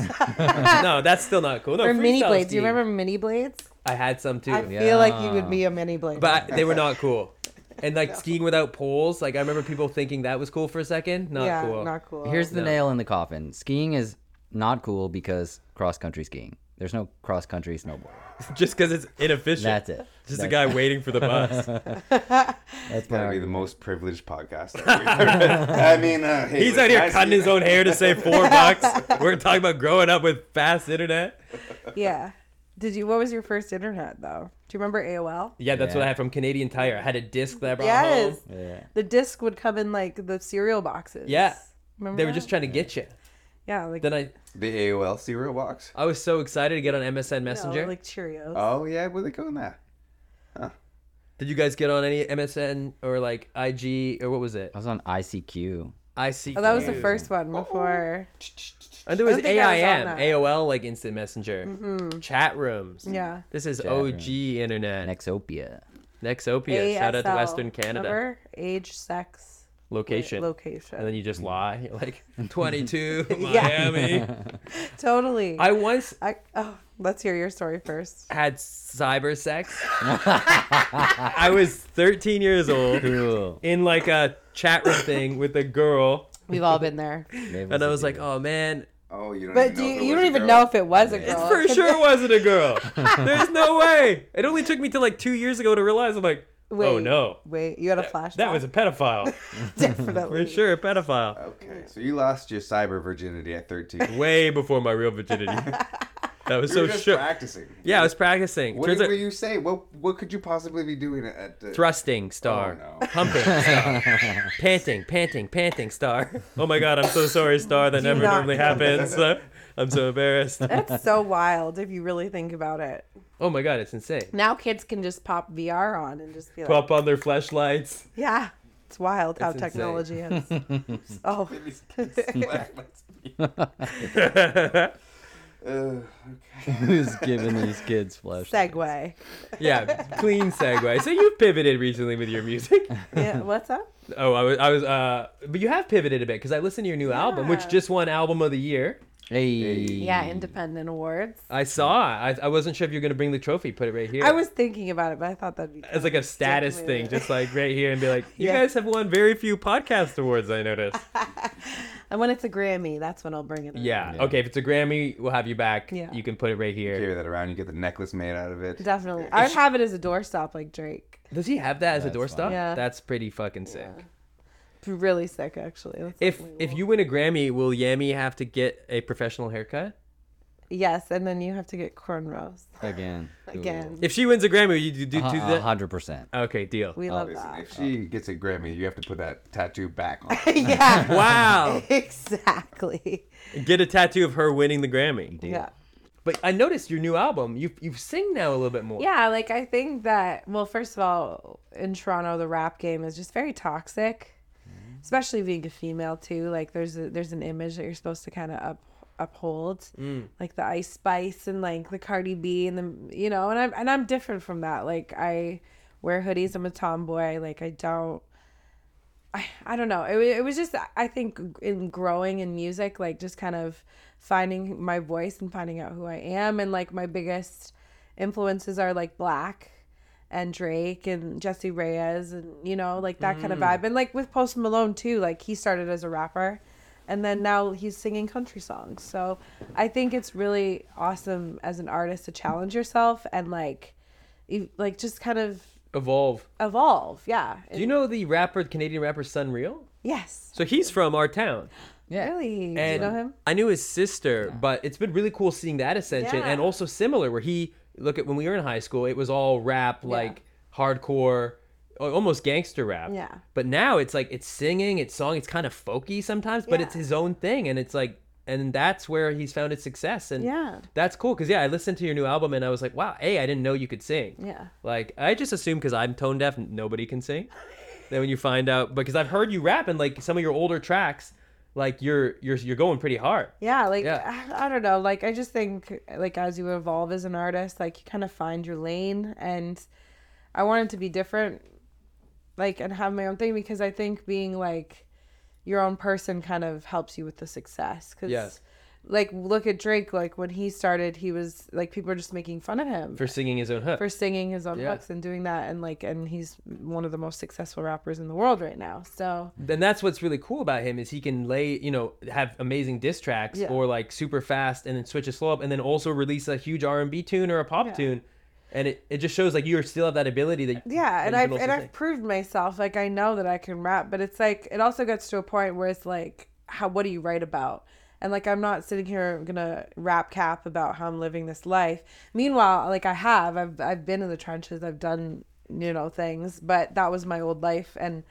Speaker 1: no, that's still not cool. No,
Speaker 5: or mini
Speaker 1: Oh, freestyle
Speaker 5: blades. Do you
Speaker 1: skiing.
Speaker 5: remember mini blades?
Speaker 1: I had some too,
Speaker 5: I feel like you would be a mini blade.
Speaker 1: but I- they were not cool. and like skiing without poles. Like I remember people thinking that was cool for a second. Not
Speaker 5: yeah,
Speaker 1: cool.
Speaker 5: not cool.
Speaker 6: Here's the
Speaker 1: No.
Speaker 6: nail in the coffin. Skiing is not cool because cross country skiing. There's no cross country snowboard.
Speaker 1: Just because it's inefficient.
Speaker 6: That's it.
Speaker 1: Just a
Speaker 6: That's-
Speaker 1: guy waiting for the bus.
Speaker 6: That's my
Speaker 4: That'd be the
Speaker 6: argument.
Speaker 4: most privileged podcast. that we've ever- I mean, uh, hey,
Speaker 1: He's
Speaker 4: listen,
Speaker 1: out here
Speaker 4: I see
Speaker 1: cutting
Speaker 4: you.
Speaker 1: his own hair to save four bucks. We're talking about growing up with fast internet.
Speaker 5: yeah. Did you? What was your first internet though? Do you remember AOL?
Speaker 1: Yeah, that's what
Speaker 6: Yeah.
Speaker 1: I had from Canadian Tire. I had a disc that I brought
Speaker 5: Yes.
Speaker 1: home.
Speaker 6: Yeah.
Speaker 5: The disc would come in like the cereal boxes.
Speaker 1: Yeah.
Speaker 5: Remember
Speaker 1: They were
Speaker 5: that?
Speaker 1: just trying to get you.
Speaker 5: yeah, like
Speaker 1: Then I,
Speaker 4: The AOL cereal box.
Speaker 1: I was so excited to get on MSN
Speaker 5: no,
Speaker 1: Messenger.
Speaker 5: like Cheerios.
Speaker 4: Oh yeah, where they going there?
Speaker 1: Did you guys get on any MSN or like IG or what was it?
Speaker 6: I was on ICQ.
Speaker 1: IC.
Speaker 5: oh, that was the first one before.
Speaker 1: And there
Speaker 5: I
Speaker 1: was
Speaker 5: don't think I was on
Speaker 1: AIM,
Speaker 5: that. Mm-hmm.
Speaker 1: AOL, like instant messenger, chat rooms.
Speaker 5: Yeah.
Speaker 1: This is
Speaker 6: Chat
Speaker 1: OG internet.
Speaker 6: Nexopia.
Speaker 1: Nexopia. Shout out to
Speaker 5: ASL,
Speaker 1: Western Canada.
Speaker 5: remember? Age, sex,
Speaker 1: Location.
Speaker 5: location.
Speaker 1: and then you just lie. You're like 22,
Speaker 5: Yeah.
Speaker 1: Miami.
Speaker 5: totally.
Speaker 1: I once
Speaker 5: I oh, let's hear your story first.
Speaker 1: had cyber sex. I was 13 years old
Speaker 6: Cool.
Speaker 1: in like a chat room thing with a girl,
Speaker 5: We've all been there.
Speaker 1: and I was like, "Oh man,
Speaker 4: Oh, you don't.
Speaker 5: But
Speaker 4: even
Speaker 5: do
Speaker 4: know if
Speaker 5: you,
Speaker 4: it was
Speaker 5: you don't
Speaker 4: a
Speaker 5: even
Speaker 4: girl.
Speaker 5: know if it was a girl.
Speaker 6: Yeah.
Speaker 1: for
Speaker 5: Could-
Speaker 1: sure it wasn't a girl. There's no way." It only took me to like two years ago to realize. I'm like, "Oh
Speaker 5: Wait,
Speaker 1: no,
Speaker 5: Wait, you had a flashback.
Speaker 1: that was a pedophile
Speaker 5: definitely
Speaker 1: for sure, a pedophile."
Speaker 4: Okay, so you lost your cyber virginity at thirteen. You
Speaker 1: Way before my real virginity. That was so
Speaker 4: were just
Speaker 1: shook.
Speaker 4: practicing.
Speaker 1: Yeah, I was practicing.
Speaker 4: What
Speaker 1: Turns
Speaker 4: did
Speaker 1: out,
Speaker 4: were you say? What What could you possibly be doing at? Uh,
Speaker 1: thrusting star,
Speaker 4: Oh, no.
Speaker 1: pumping star, panting, panting, panting star. Oh my god, I'm so sorry, star. That never
Speaker 5: not
Speaker 1: normally
Speaker 5: do
Speaker 1: happens. I'm so embarrassed.
Speaker 5: That's so wild if you really think about it.
Speaker 1: Oh my god, it's insane.
Speaker 5: Now kids can just pop VR on and just be like,
Speaker 1: Pop on their flashlights.
Speaker 5: yeah, it's wild how
Speaker 1: It's
Speaker 5: technology is. oh,
Speaker 1: yeah,
Speaker 4: Ugh.
Speaker 6: "Who's giving these kids flesh?"
Speaker 5: segue.
Speaker 1: clean segue. So you've pivoted recently with your music.
Speaker 5: Yeah, what's up?
Speaker 1: Oh, I was, I was, uh, but you have pivoted a bit because I listened to your new album, which
Speaker 5: Yeah.
Speaker 1: just won album of the year.
Speaker 6: Hey.
Speaker 5: Yeah, independent awards.
Speaker 1: I saw. I, I wasn't sure if you were gonna bring the trophy. Put it right here.
Speaker 5: I was thinking about it, but I thought that'd be
Speaker 1: as like a status
Speaker 5: Stick with
Speaker 1: thing,
Speaker 5: it.
Speaker 1: just like right here, and be like, "You
Speaker 5: Yeah.
Speaker 1: guys have won very few podcast awards." I noticed.
Speaker 5: and when it's a Grammy, that's when I'll bring it. in.
Speaker 1: Yeah. Okay. If it's a Grammy, we'll have you back.
Speaker 5: Yeah.
Speaker 1: You can put it right here.
Speaker 4: Carry that around. You get the necklace made out of it.
Speaker 5: definitely. I'd have it as a doorstop, like Drake.
Speaker 1: Does he have that as a
Speaker 6: That's
Speaker 1: doorstop?
Speaker 6: fine.
Speaker 5: Yeah.
Speaker 1: That's pretty fucking sick.
Speaker 5: It's really sick, actually. That's
Speaker 1: If
Speaker 5: definitely
Speaker 1: if
Speaker 5: cool.
Speaker 1: you win a Grammy, will Yami have to get a professional haircut?
Speaker 5: yes, and then you have to get cornrows
Speaker 6: Again.
Speaker 5: again.
Speaker 1: If she wins a Grammy, will you do, do,
Speaker 6: Uh,
Speaker 1: do that?
Speaker 6: hundred percent.
Speaker 1: Okay, deal.
Speaker 5: we love
Speaker 4: Listen,
Speaker 5: that.
Speaker 4: if she gets a Grammy, you have to put that tattoo back on.
Speaker 5: yeah.
Speaker 1: Wow.
Speaker 5: Exactly.
Speaker 1: Get a tattoo of her winning the Grammy.
Speaker 5: Yeah.
Speaker 1: But I noticed your new album. You you sing now a little bit more.
Speaker 5: Yeah, like I think that well, first of all, in Toronto the rap game is just very toxic. Especially being a female too. Like there's a, there's an image that you're supposed to kind of up uphold. Like the Ice Spice and like the Cardi B and the you know, and I'm and I'm different from that. Like I wear hoodies, I'm a tomboy, like I don't I don't know. It, wa- it was just, I think, in growing in music, like just kind of finding my voice and finding out who I am. And like my biggest influences are like Black and Drake and Jesse Reyes and, you know, like that
Speaker 1: Mm.
Speaker 5: kind of vibe. And like with Post Malone too, like he started as a rapper and then now he's singing country songs. So I think it's really awesome as an artist to challenge yourself and like, you- like just kind of
Speaker 1: Evolve.
Speaker 5: evolve. Yeah.
Speaker 1: Do you know the rapper, Canadian rapper Sunreal?
Speaker 5: yes.
Speaker 1: So he's from our town.
Speaker 5: Really? Do you
Speaker 1: And
Speaker 5: know him?
Speaker 1: I knew his sister, but it's been really cool seeing that ascension
Speaker 5: Yeah.
Speaker 1: and also similar where he look at when we were in high school, it was all rap, like hardcore, al- almost gangster rap.
Speaker 5: Yeah.
Speaker 1: But now it's like it's singing, it's song, it's kind of folky sometimes, but it's
Speaker 5: Yeah.
Speaker 1: his own thing, and it's like, and that's where he's found his success, and
Speaker 5: Yeah.
Speaker 1: that's cool. Cause yeah, I listened to your new album and I was like, wow, hey, I didn't know you could sing.
Speaker 5: Yeah.
Speaker 1: Like I just assume because I'm tone deaf, n- nobody can sing. then when you find out, because I've heard you rap and like some of your older tracks, like you're you're you're going pretty hard.
Speaker 5: Yeah, like
Speaker 1: Yeah.
Speaker 5: I, I don't know, like I just think like as you evolve as an artist, like you kind of find your lane and I wanted to be different like and have my own thing because I think being like your own person kind of helps you with the success cuz
Speaker 1: Yes.
Speaker 5: like look at Drake. Like when he started, he was like people are just making fun of him
Speaker 1: for singing his own hook.
Speaker 5: for singing his own
Speaker 1: Yeah.
Speaker 5: hooks and doing that, and like and he's one of the most successful rappers in the world right now. So
Speaker 1: then that's what's really cool about him is he can lay you know have amazing diss tracks
Speaker 5: Yeah.
Speaker 1: or like super fast and then switch it slow up and then also release a huge r&b tune or a pop
Speaker 5: Yeah.
Speaker 1: tune and it, it just shows like you still have that ability that
Speaker 5: yeah,
Speaker 1: that
Speaker 5: and
Speaker 1: you can
Speaker 5: I've
Speaker 1: also
Speaker 5: and I've
Speaker 1: sing.
Speaker 5: proved myself. Like I know that I can rap, but it's like it also gets to a point where it's like, how what do you write about? And like I'm not sitting here gonna rap cap about how I'm living this life. Meanwhile, like I have, I've I've been in the trenches, I've done you know things, but that was my old life, and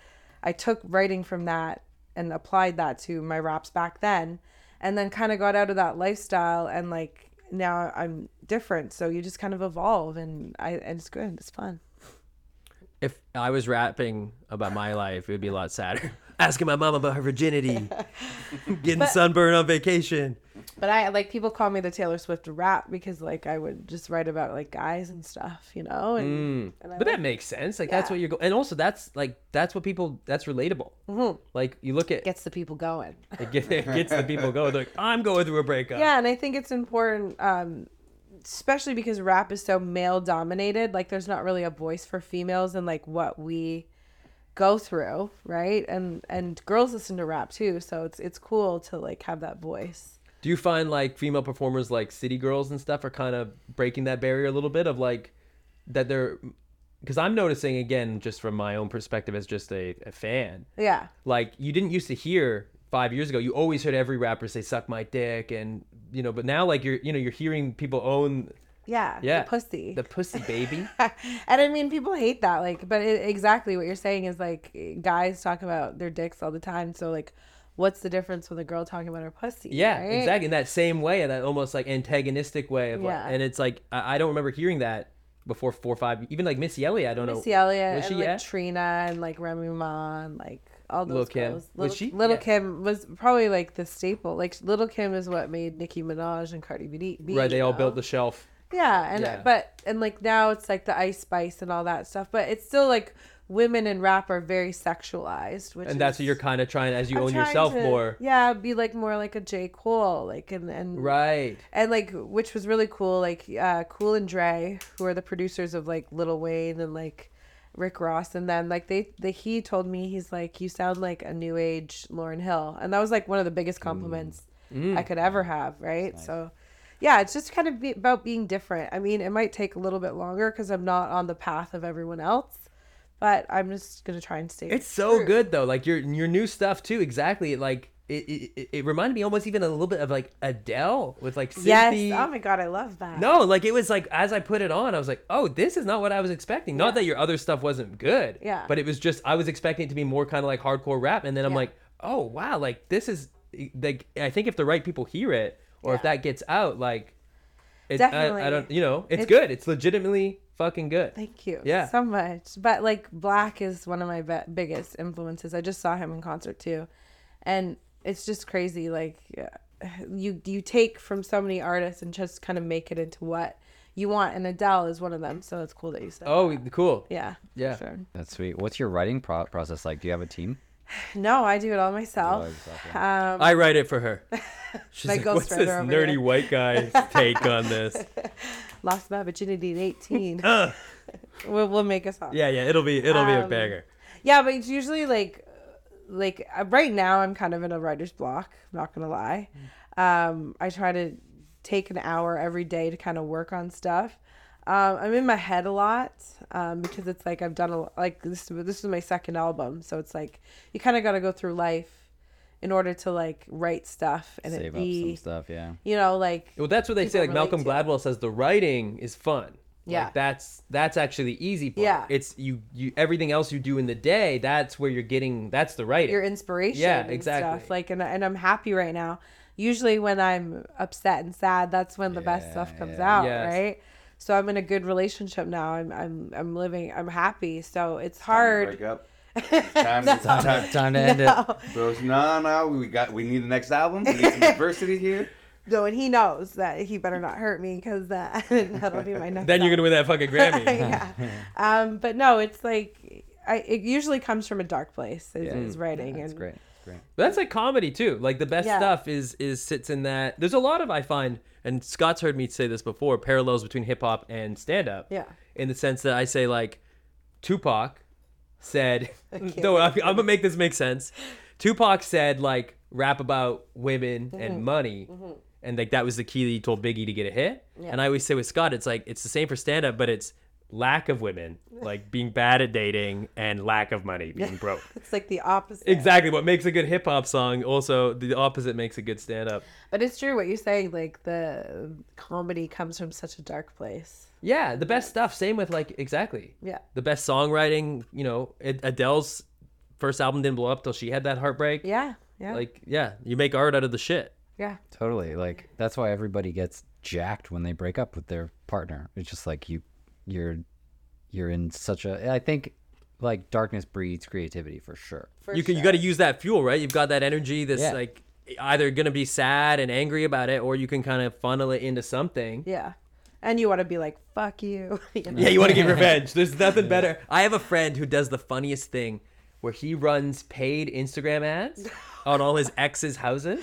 Speaker 5: I took writing from that and applied that to my raps back then, and then kind of got out of that lifestyle and like now I'm different. So you just kind of evolve, and I and it's good, it's fun.
Speaker 1: if i was rapping about my life it would be a lot sadder asking my mom about her virginity getting sunburned on vacation
Speaker 5: But I like people call me the Taylor Swift of rap because like I would just write about like guys and stuff, you know. And, and I
Speaker 1: but that makes sense like that's what you're going and also that's like that's what people that's relatable
Speaker 5: Mm-hmm.
Speaker 1: like you look at
Speaker 5: gets the people going.
Speaker 1: it, get, it gets the people going they're like i'm going through a breakup
Speaker 5: yeah, and I think it's important, um, especially because rap is so male dominated. Like there's not really a voice for females and like what we go through, right? And and girls listen to rap too, so it's it's cool to like have that voice.
Speaker 1: Do you find like female performers like City Girls and stuff are kind of breaking that barrier a little bit of like that they're because I'm noticing again just from my own perspective as just a, a fan
Speaker 5: Yeah.
Speaker 1: like you didn't used to hear five years ago you always heard every rapper say suck my dick and you know but now like you're you know you're hearing people own
Speaker 5: Yeah.
Speaker 1: yeah
Speaker 5: The pussy.
Speaker 1: the pussy baby
Speaker 5: and I mean, people hate that. Like, but it, exactly what you're saying is like guys talk about their dicks all the time. So like, what's the difference with a girl talking about her pussy?
Speaker 1: Yeah,
Speaker 5: right?
Speaker 1: exactly. In that same way, that almost like antagonistic way of,
Speaker 5: Yeah.
Speaker 1: like, and it's like I, I don't remember hearing that before four or five. Even like Missy Elliott, I don't
Speaker 5: Missy
Speaker 1: know.
Speaker 5: Elliott
Speaker 1: was
Speaker 5: and
Speaker 1: she
Speaker 5: like
Speaker 1: at?
Speaker 5: Trina and like Remy Ma and like all those
Speaker 1: Lil Kim.
Speaker 5: girls.
Speaker 1: Was
Speaker 5: Little,
Speaker 1: she?
Speaker 5: Little
Speaker 1: Yeah.
Speaker 5: Kim was probably like the staple. Like Little Kim is what made Nicki Minaj and Cardi B. B,
Speaker 1: right, they
Speaker 5: you
Speaker 1: all
Speaker 5: know?
Speaker 1: built the shelf.
Speaker 5: Yeah, and
Speaker 1: Yeah.
Speaker 5: but and like now it's like the Ice Spice and all that stuff. But it's still like women in rap are very sexualized, which
Speaker 1: and that's
Speaker 5: is-
Speaker 1: what you're kind of trying as you
Speaker 5: I'm
Speaker 1: own
Speaker 5: trying
Speaker 1: yourself
Speaker 5: to-
Speaker 1: more
Speaker 5: Yeah, be like more like a J. Cole, like and and
Speaker 1: right
Speaker 5: and like which was really cool. Like uh, Cool and Dre, who are the producers of like Little Wayne and like Rick Ross, and then like they the he told me he's like you sound like a new age Lauren Hill, and that was like one of the
Speaker 1: Mm.
Speaker 5: biggest compliments I could ever have. Right, so. Yeah, it's just kind of be about being different. I mean, it might take a little bit longer because I'm not on the path of everyone else, but I'm just gonna try and stay.
Speaker 1: it's so good though like your your new stuff too exactly like it, it, it- it reminded me almost even a little bit of like Adele with like
Speaker 5: yes.
Speaker 1: Cynthia.
Speaker 5: Oh my god, I love that.
Speaker 1: no like it was like as I put it on I was like oh this is not what I was expecting not that your other stuff wasn't good
Speaker 5: Yeah.
Speaker 1: but it was just I was expecting it to be more kind of like hardcore rap and then I'm like oh wow like this is e, like I think if the right people hear it or if
Speaker 5: Yeah.
Speaker 1: that gets out like it, I, I
Speaker 5: Definitely.
Speaker 1: don't you know it's,
Speaker 5: It's-
Speaker 1: good it's legitimately fucking good
Speaker 5: Thank you
Speaker 1: Yeah.
Speaker 5: so much. But like Black is one of my be- biggest influences. I just saw him in concert too. And it's just crazy like you you take from so many artists and just kind of make it into what you want and Adele is one of them. So it's cool that you said.
Speaker 1: oh cool
Speaker 5: yeah.
Speaker 1: yeah.
Speaker 5: Sure.
Speaker 6: That's sweet. What's your writing pro- process like? Do you have a team?
Speaker 5: No, I do it all myself. Um
Speaker 1: I write it for her. She's
Speaker 5: My
Speaker 1: like, what's
Speaker 5: ghostwriter
Speaker 1: this
Speaker 5: over
Speaker 1: nerdy
Speaker 5: here."
Speaker 1: white guy's take on this?
Speaker 5: lost my virginity at 18. we'll, we'll make a song.
Speaker 1: Yeah, yeah, it'll be it'll be a
Speaker 5: Um,
Speaker 1: banger.
Speaker 5: Yeah, but it's usually like, like uh, right now I'm kind of in a writer's block. I'm not gonna lie. Um, I try to take an hour every day to kind of work on stuff. Um, I'm in my head a lot um, because it's like I've done a like this. This is my second album, so it's like you kind of got to go through life in order to like write stuff and it
Speaker 6: Save up
Speaker 5: be
Speaker 1: E.
Speaker 6: some stuff, yeah.
Speaker 5: you know like
Speaker 1: Well, that's what they say.
Speaker 5: People
Speaker 1: Like
Speaker 5: relate
Speaker 1: Malcolm
Speaker 5: to it.
Speaker 1: Gladwell says, the writing is fun.
Speaker 5: Yeah.
Speaker 1: like, that's that's actually the easy. Part.
Speaker 5: Yeah.
Speaker 1: it's you you everything else you do in the day. That's where you're getting. That's the writing.
Speaker 5: your inspiration
Speaker 1: Yeah,
Speaker 5: and
Speaker 1: exactly.
Speaker 5: stuff like and, and i'm happy right now usually when i'm upset and sad that's when the best stuff comes out
Speaker 1: Yes.
Speaker 5: right so i'm in a good relationship now i'm i'm i'm living i'm happy so it's
Speaker 4: Break
Speaker 5: hard
Speaker 4: up. Time to, time,
Speaker 6: Time, time to end it.
Speaker 4: Bros, no, no, we got, we need the next album. We need some diversity here.
Speaker 5: no and he knows that he better not hurt me because that that'll be my next
Speaker 1: then you're gonna win that fucking Grammy.
Speaker 5: yeah um but no it's like I, it usually comes from a dark place is, is writing
Speaker 6: That's
Speaker 5: and
Speaker 6: great.
Speaker 4: Great.
Speaker 1: But that's like comedy too. Like the best
Speaker 5: Yeah.
Speaker 1: stuff is is sits in that. There's a lot of I find, and Scott's heard me say this before, parallels between hip hop and stand up.
Speaker 5: Yeah.
Speaker 1: In the sense that I say like, Tupac said, no, I, I'm gonna make this make sense. Tupac said like rap about women
Speaker 5: Mm-hmm.
Speaker 1: and money, and like that was the key that he told Biggie to get a hit. And I always say with Scott, it's like it's the same for stand up, but it's lack of women, like being bad at dating, and lack of money, being broke.
Speaker 5: It's like the opposite.
Speaker 1: Exactly. What makes a good hip hop song also the opposite makes a good stand up.
Speaker 5: But it's true what you're saying. Like the comedy comes from such a dark place.
Speaker 1: Yeah, the best stuff. Same with like exactly.
Speaker 5: Yeah.
Speaker 1: The best songwriting, you know, Ad- Adele's first album didn't blow up till she had that heartbreak.
Speaker 5: Yeah. Yeah.
Speaker 1: Like, yeah, you make art out of the shit.
Speaker 5: yeah.
Speaker 6: Totally. Like that's why everybody gets jacked when they break up with their partner. It's just like you you're you're in such a I think like darkness breeds creativity for sure.
Speaker 5: For
Speaker 1: you can you got to use that fuel, right? You've got that energy that's
Speaker 6: Yeah.
Speaker 1: like either going to be sad and angry about it or you can kind of funnel it into something.
Speaker 5: Yeah. And you want to be like, fuck you. You know?
Speaker 1: Yeah, you want to get revenge. There's nothing better. I have a friend who does the funniest thing where he runs paid Instagram ads on all his ex's houses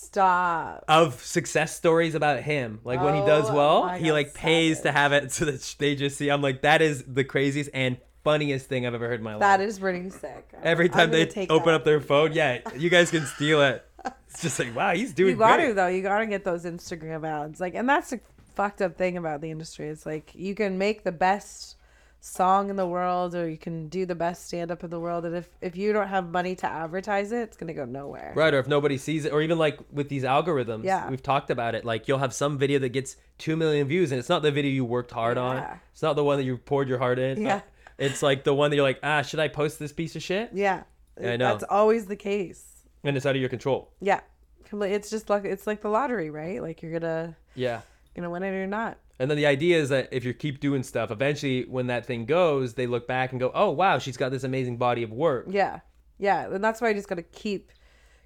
Speaker 5: Stop.
Speaker 1: of success stories about him. Like when he does
Speaker 5: Oh,
Speaker 1: well,
Speaker 5: my
Speaker 1: he
Speaker 5: God,
Speaker 1: like pays to
Speaker 5: savage.
Speaker 1: have it so that sh- they just see. I'm like, that is the craziest and funniest thing I've ever heard in my life.
Speaker 5: That is pretty sick. I'm-
Speaker 1: Every
Speaker 5: I'm
Speaker 1: time
Speaker 5: gonna
Speaker 1: they
Speaker 5: take
Speaker 1: open
Speaker 5: that.
Speaker 1: up their phone, yeah, you guys can steal it. It's just like, wow, he's doing
Speaker 5: You got
Speaker 1: great.
Speaker 5: to though. You got to get those Instagram ads. Like, and that's the fucked up thing about the industry. It's like you can make the best song in the world, or you can do the best stand up in the world, and if if you don't have money to advertise it, it's gonna go nowhere.
Speaker 1: Right, or if nobody sees it, or even like with these algorithms,
Speaker 5: Yeah.
Speaker 1: we've talked about it. Like you'll have some video that gets two million views, and it's not the video you worked hard
Speaker 5: Yeah.
Speaker 1: on. It's not the one that you poured your heart in.
Speaker 5: Yeah.
Speaker 1: It's like the one that you're like, ah, should I post this piece of shit?
Speaker 5: Yeah.
Speaker 1: I know.
Speaker 5: That's always the case.
Speaker 1: And it's out of your control.
Speaker 5: Yeah. Compl- It's just like it's like the lottery, right? Like you're gonna
Speaker 1: Yeah.
Speaker 5: gonna win it or not.
Speaker 1: And then the idea is that if you keep doing stuff, eventually when that thing goes, they look back and go, oh, wow, she's got this amazing body of work.
Speaker 5: Yeah. Yeah. And that's why I just got to keep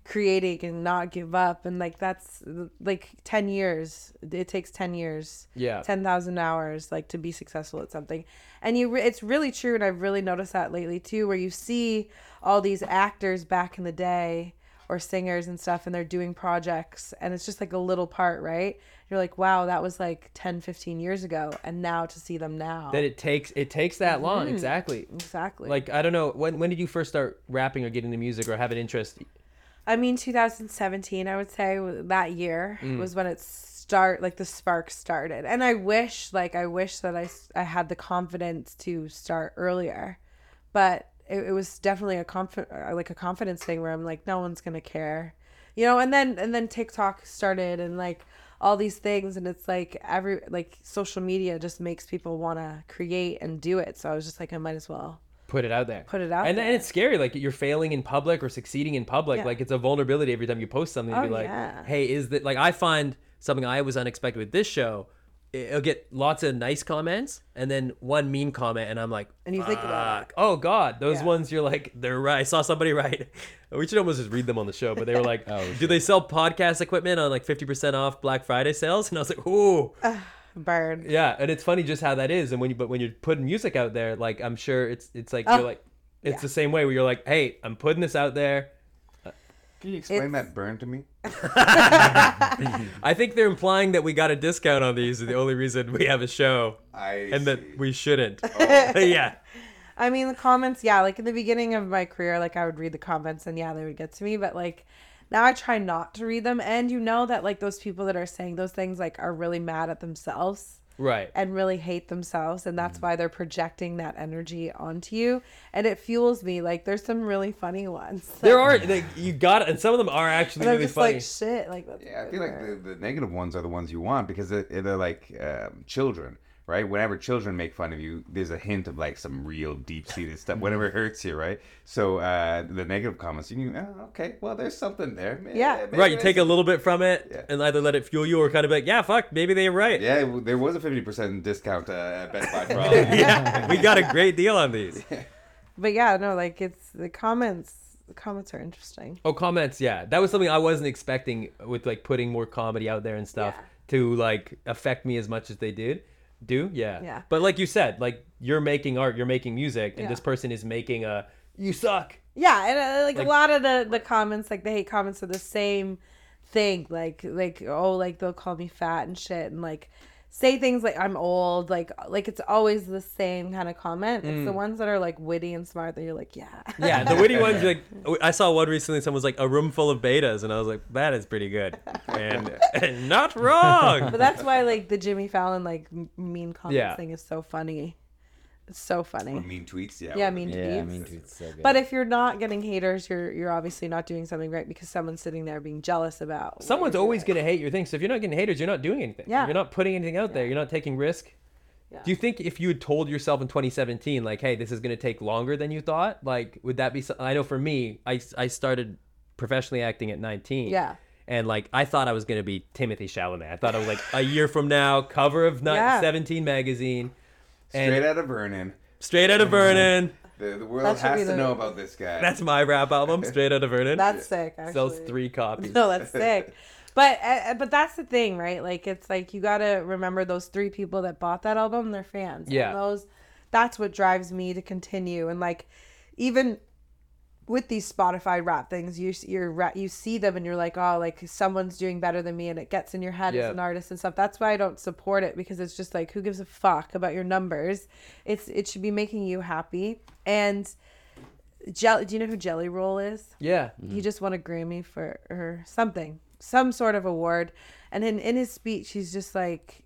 Speaker 5: creating and not give up. And like, that's like 10 years. It takes 10 years.
Speaker 1: Yeah.
Speaker 5: 10,000 hours, like to be successful at something. And you, re- it's really true. And I've really noticed that lately too, where you see all these actors back in the day or singers and stuff, and they're doing projects and it's just like a little part, right? You're like, wow, that was like 10, 15 years ago. And now to see them now.
Speaker 1: That it takes it takes that long. Exactly.
Speaker 5: Mm-hmm. exactly.
Speaker 1: Like I don't know, when when did you first start rapping or getting into music or have an interest?
Speaker 5: I mean, 2017, I would say w- that year was when it start like the spark started, and I wish, like, I wish that I s- I had the confidence to start earlier, but it, it was definitely a conf uh, like a confidence thing where I'm like, no one's gonna care, you know, and then and then TikTok started and like all these things, and it's like every like social media just makes people wanna create and do it, so I was just like, I might as well.
Speaker 1: Put it out there.
Speaker 5: Put it out
Speaker 1: And,
Speaker 5: there.
Speaker 1: and it's scary. Like you're failing in public or succeeding in public.
Speaker 5: Yeah.
Speaker 1: Like it's a vulnerability every time you post something. to
Speaker 5: Oh,
Speaker 1: be like,
Speaker 5: yeah.
Speaker 1: hey, is that like I find something I was unexpected with this show. It'll get lots of nice comments and then one mean comment, and I'm like,
Speaker 5: And you think about it.
Speaker 1: Fuck. Oh God, those
Speaker 5: Yeah.
Speaker 1: ones you're like, they're right. I saw somebody right. We should almost just read them on the show, but they were like, do they sell podcast equipment on like 50% off Black Friday sales? And I was like, ooh,
Speaker 5: Uh. Burn.
Speaker 1: yeah. And it's funny just how that is. And when you but when you're putting music out there, like I'm sure it's it's like
Speaker 5: Oh,
Speaker 1: you're like it's the same way where you're like, hey, I'm putting this out there.
Speaker 4: Can you explain
Speaker 5: It's-
Speaker 4: that burn to me?
Speaker 1: I think they're implying that we got a discount on these. The only reason we have a show
Speaker 4: I
Speaker 1: and
Speaker 4: see. Oh.
Speaker 1: that we shouldn't. yeah.
Speaker 5: I mean, the comments, yeah, like in the beginning of my career, like I would read the comments and yeah, they would get to me, but like now I try not to read them. And you know that like those people that are saying those things like are really mad at themselves
Speaker 1: Right.
Speaker 5: and really hate themselves and that's why they're projecting that energy onto you and it fuels me like there's some really funny ones
Speaker 1: There are like you got it, and some of them are actually
Speaker 5: and i'm
Speaker 1: really
Speaker 5: just
Speaker 1: funny.
Speaker 5: like shit like that's
Speaker 4: Yeah, I feel like the, the negative ones are the ones you want because they're, they're like um, children, right? Whenever children make fun of you, there's a hint of like some real deep seated stuff,
Speaker 5: Mm-hmm.
Speaker 4: whatever hurts you, right? So uh, the negative comments, you can, oh, okay, well, there's something there. May-
Speaker 5: Yeah.
Speaker 4: maybe
Speaker 1: Right, you
Speaker 4: there's
Speaker 1: take a little bit from it
Speaker 4: Yeah.
Speaker 1: and either let it fuel you or kind of be like, yeah, fuck, maybe they're right.
Speaker 4: Yeah, w- there was a 50% discount uh, at Best Buy. Probably.
Speaker 1: Yeah, we got a great deal on these.
Speaker 5: but yeah no like it's the comments the comments are interesting
Speaker 1: Oh, comments, yeah. That was something I wasn't expecting with like putting more comedy out there and stuff
Speaker 5: Yeah.
Speaker 1: to like affect me as much as they did. Do? Yeah.
Speaker 5: Yeah.
Speaker 1: But like you said, like you're making art, you're making music, and this
Speaker 5: Yeah.
Speaker 1: person is making a you suck.
Speaker 5: Yeah, and uh, like,
Speaker 1: Like-
Speaker 5: a lot of the the comments, like the hate comments, are the same thing. Like like oh, like they'll call me fat and shit, and like say things like I'm old. Like like it's always the same kind of comment. It's the ones that are like witty and smart that you're like, yeah,
Speaker 1: Yeah, the witty ones. Like oh, I saw one recently. Someone was like a room full of betas, and I was like, that is pretty good, and, and not wrong.
Speaker 5: But that's why like the Jimmy Fallon like m- mean comments
Speaker 1: Yeah.
Speaker 5: thing is so funny. It's so funny.
Speaker 4: mean tweets. Yeah.
Speaker 5: Yeah,
Speaker 4: whatever.
Speaker 5: mean
Speaker 6: Yeah, I
Speaker 5: tweets.
Speaker 6: mean, dude, it's so good.
Speaker 5: But if you're not getting haters, you're you're obviously not doing something right because someone's sitting there being jealous about. what
Speaker 1: Someone's
Speaker 5: you're
Speaker 1: always
Speaker 5: doing.
Speaker 1: gonna hate your thing. So if you're not getting haters, you're not doing anything.
Speaker 5: Yeah.
Speaker 1: You're not putting anything out there. You're not taking risk.
Speaker 5: Yeah.
Speaker 1: Do you think if you had told yourself in 2017, like, hey, this is going to take longer than you thought, like, would that be? so- I know for me, I, I started professionally acting at 19.
Speaker 5: Yeah.
Speaker 1: And like, I thought I was going to be Timothy Chalamet. I thought I was like a year from now, cover of ni-
Speaker 5: Yeah.
Speaker 1: 17 magazine, and
Speaker 4: Straight out of Vernon.
Speaker 1: straight out of Vernon.
Speaker 4: The, the world
Speaker 5: That should be
Speaker 4: has to
Speaker 5: the-
Speaker 4: know about this guy.
Speaker 1: That's my rap album, straight out of Vernon.
Speaker 5: That's sick. Actually.
Speaker 1: sells three copies.
Speaker 5: No, that's sick. But uh, but that's the thing, right? Like it's like you gotta remember those three people that bought that album. They're fans. And
Speaker 1: Yeah.
Speaker 5: those that's what drives me to continue. And like even with these Spotify rap things, you s- you're ra- you see them and you're like, oh, like someone's doing better than me, and it gets in your head
Speaker 1: Yeah.
Speaker 5: as an artist and stuff. That's why I don't support it because it's just like, who gives a fuck about your numbers? It's it should be making you happy. And Jelly, do you know who Jelly Roll is?
Speaker 1: Yeah.
Speaker 5: he just won a Grammy for or something, some sort of award. And in in his speech, he's just like,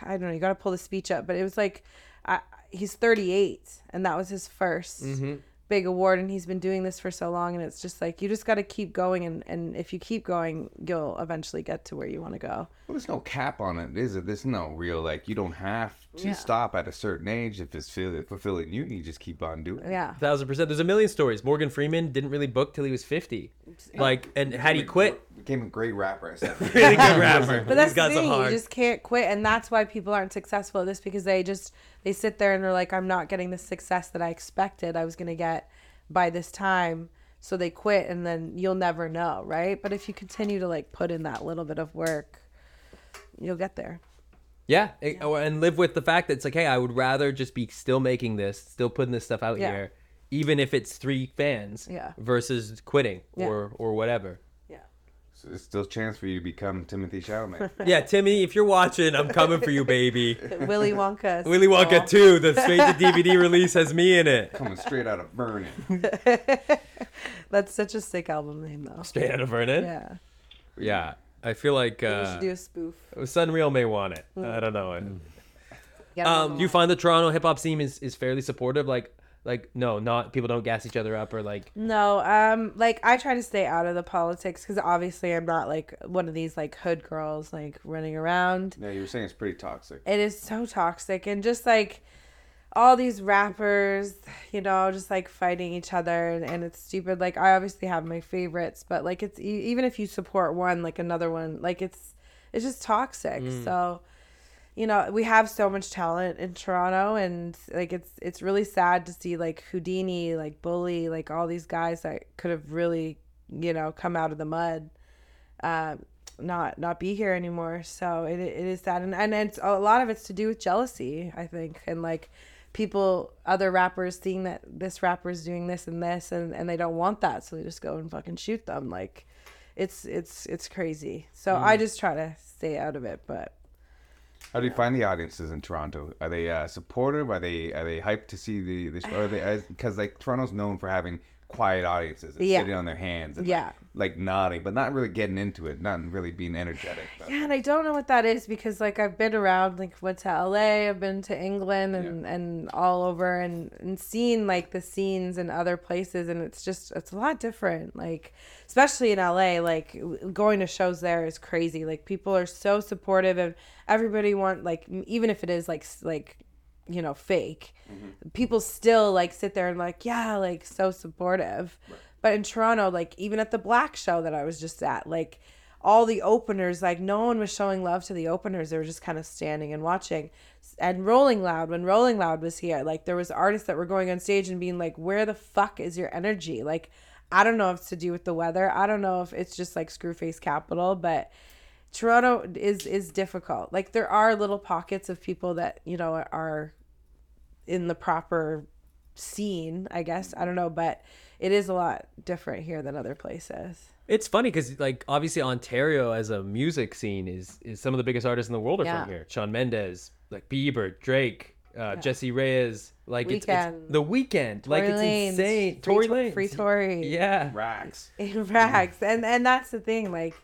Speaker 5: I don't know. You got to pull the speech up, but it was like, I, he's 38, and that was his 1st big award, and he's been doing this for so long, and it's just like you just got to keep going, and and if you keep going, you'll eventually get to where you want to go.
Speaker 4: Well, there's no cap on it, is it? There's no real like you don't have to stop at a certain age if it's feel, fulfilling you. You just keep on doing. it.
Speaker 5: Yeah,
Speaker 1: Thousand percent. There's a million stories. Morgan Freeman didn't really book till he was 50. Like, and had he
Speaker 4: Became a
Speaker 1: quit,
Speaker 4: gr- Became a great rapper. I said.
Speaker 1: really good rapper.
Speaker 5: But that's the thing. You just can't quit, and that's why people aren't successful at this because they just they sit there and they're like, "I'm not getting the success that I expected. I was gonna get by this time." So they quit, and then you'll never know, right? But if you continue to like put in that little bit of work, you'll get there.
Speaker 1: yeah, it- or- and live with the fact that it's like, hey, I would rather just be still making this, still putting this stuff out
Speaker 5: Yeah.
Speaker 1: here, even if it's three fans,
Speaker 5: Yeah.
Speaker 1: versus quitting
Speaker 5: Yeah.
Speaker 1: or or whatever.
Speaker 4: so there's still a chance for you to become Timothy Chalamet.
Speaker 1: Yeah, Timmy, if you're watching, I'm coming for you, baby.
Speaker 5: Willy Wonka. is
Speaker 1: Willy Wonka 2,
Speaker 5: cool.
Speaker 1: the straight to DVD release has me in it.
Speaker 4: Coming straight out of Vernon.
Speaker 5: That's such a sick album name, though.
Speaker 1: Straight out of Vernon. Yeah,
Speaker 5: Yeah,
Speaker 1: I feel like
Speaker 5: we
Speaker 1: uh,
Speaker 5: should do Mm. a spoof.
Speaker 1: Sunreal may want it. I don't know.
Speaker 5: Get
Speaker 1: Um,
Speaker 5: them
Speaker 1: do you find the Toronto hip hop scene is, is fairly supportive? Like, like no, not people don't gas each other up or like
Speaker 5: No, um, like I try to stay out of the politics because obviously I'm not like one of these like hood girls like running around.
Speaker 4: No, you were saying it's pretty toxic.
Speaker 5: It is so toxic and just like all these rappers, you know, just like fighting each other and, and it's stupid. Like I obviously have my favorites, but like it's e- even if you support one, like another one, like it's it's just toxic. So you know we have so much talent in toronto and like it's it's really sad to see like houdini like bully like all these guys that could have really you know come out of the mud uh, not not be here anymore so it, it is sad and, and it's a lot of it's to do with jealousy i think and like people other rappers seeing that this rapper's doing this and this and, and they don't want that so they just go and fucking shoot them like it's it's it's crazy so i just try to stay out of it but
Speaker 4: How do you find the audiences in Toronto? Are they uh, supportive? Are they are they hyped to see the the show? Are they because like Toronto's known for having quiet audiences and
Speaker 5: Yeah.
Speaker 4: sitting on their hands and
Speaker 5: Yeah.
Speaker 4: like nodding, but not really getting into it, not really being energetic. But-
Speaker 5: Yeah, and I don't know what that is because like I've been around, like went to LA, I've been to England and, and all over and, and seen like the scenes in other places and it's just it's a lot different. Like especially in LA, like w- going to shows there is crazy. Like people are so supportive and everybody want like m- even if it is like s- like you know fake people still like sit there and like yeah like so supportive but in toronto like even at the black show that i was just at like all the openers like no one was showing love to the openers they were just kind of standing and watching S- and rolling loud when rolling loud was here like there was artists that were going on stage and being like where the fuck is your energy like i don't know if it's to do with the weather i don't know if it's just like screwface capital but Toronto is is difficult. Like there are little pockets of people that you know are in the proper scene, I guess. I don't know, but it is a lot different here than other places.
Speaker 1: It's funny because like obviously Ontario as a music scene is is some of the biggest artists in the world are
Speaker 5: Yeah.
Speaker 1: from here. Sean Mendes, like Bieber, Drake, uh, Jesse Reyes, like it's, it's
Speaker 5: Weeknd.
Speaker 1: the weekend, like
Speaker 5: Tory
Speaker 1: it's
Speaker 5: Lanez,
Speaker 1: insane.
Speaker 5: Free
Speaker 1: Tory
Speaker 5: To-
Speaker 1: Lanez,
Speaker 5: Free Tory.
Speaker 1: yeah,
Speaker 4: Rocks.
Speaker 5: in rags and and that's the thing like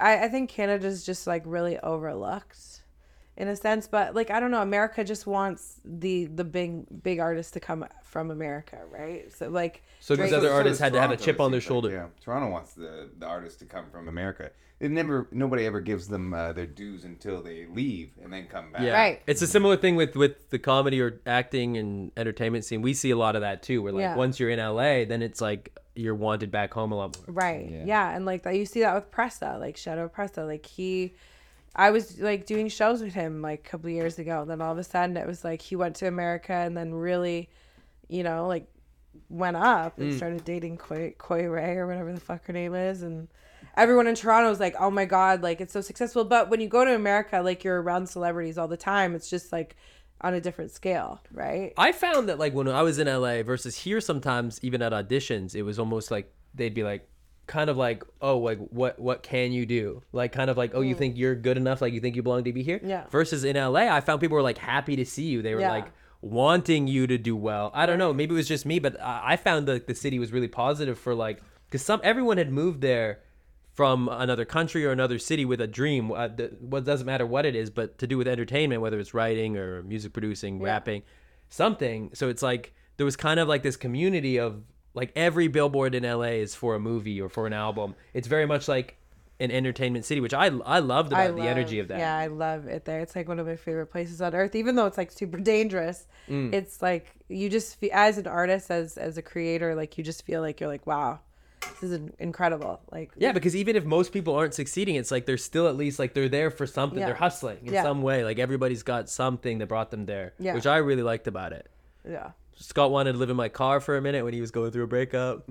Speaker 5: I, I think canada's just like really overlooked in a sense but like i don't know america just wants the the big big artists to come from america right so like
Speaker 1: So these
Speaker 5: Drake-
Speaker 1: other
Speaker 4: So
Speaker 1: artists
Speaker 4: does
Speaker 1: had to have a
Speaker 4: Toronto,
Speaker 1: chip
Speaker 4: it
Speaker 1: on their
Speaker 4: seems like.
Speaker 1: shoulder.
Speaker 4: Yeah, Toronto wants the, the artists to come from America. It never, nobody ever gives them uh, their dues until they leave and then come back.
Speaker 1: Yeah.
Speaker 5: Right.
Speaker 1: It's a similar thing with with the comedy or acting and entertainment scene. We see a lot of that too. Where like
Speaker 5: Yeah.
Speaker 1: once you're in LA, then it's like you're wanted back home a lot more.
Speaker 5: Right. Yeah. And like that, you see that with Presta, like Shadow Presta. Like he, I was like doing shows with him like a couple of years ago. And then all of a sudden it was like he went to America and then really, you know, like went up and started dating Koi, Koi Ray or whatever the fuck her name is. And everyone in Toronto was like, oh my God, like it's so successful. But when you go to America, like you're around celebrities all the time. It's just like on a different scale. Right.
Speaker 1: I found that like when I was in LA versus here, sometimes even at auditions, it was almost like they'd be like, kind of like, oh, like what what can you do? Like kind of like, oh, you think you're good enough? Like you think you belong to be here?
Speaker 5: Yeah.
Speaker 1: Versus in LA, I found people were like happy to see you. They were
Speaker 5: Yeah.
Speaker 1: like wanting you to do well. I don't know. Maybe it was just me, but I, I found that the city was really positive for like because some everyone had moved there from another country or another city with a dream. Uh, the, what doesn't matter what it is, but to do with entertainment, whether it's writing or music producing, rapping, something. So it's like there was kind of like this community of like every billboard in LA is for a movie or for an album. It's very much like an entertainment city, which I I loved about
Speaker 5: I
Speaker 1: the energy
Speaker 5: love-
Speaker 1: of that.
Speaker 5: Yeah, I love it there. It's like one of my favorite places on earth, even though it's like super dangerous.
Speaker 1: Mm.
Speaker 5: It's like you just feel, as an artist, as as a creator, like you just feel like you're like, wow, this is in- incredible. Like,
Speaker 1: Yeah, because even if most people aren't succeeding, it's like they're still at least like they're there for something.
Speaker 5: Yeah.
Speaker 1: They're hustling in
Speaker 5: Yeah.
Speaker 1: some way. Like everybody's got something that brought them there,
Speaker 5: Yeah.
Speaker 1: which I really liked about it.
Speaker 5: yeah.
Speaker 1: Scott wanted to live in my car for a minute when he was going through a breakup.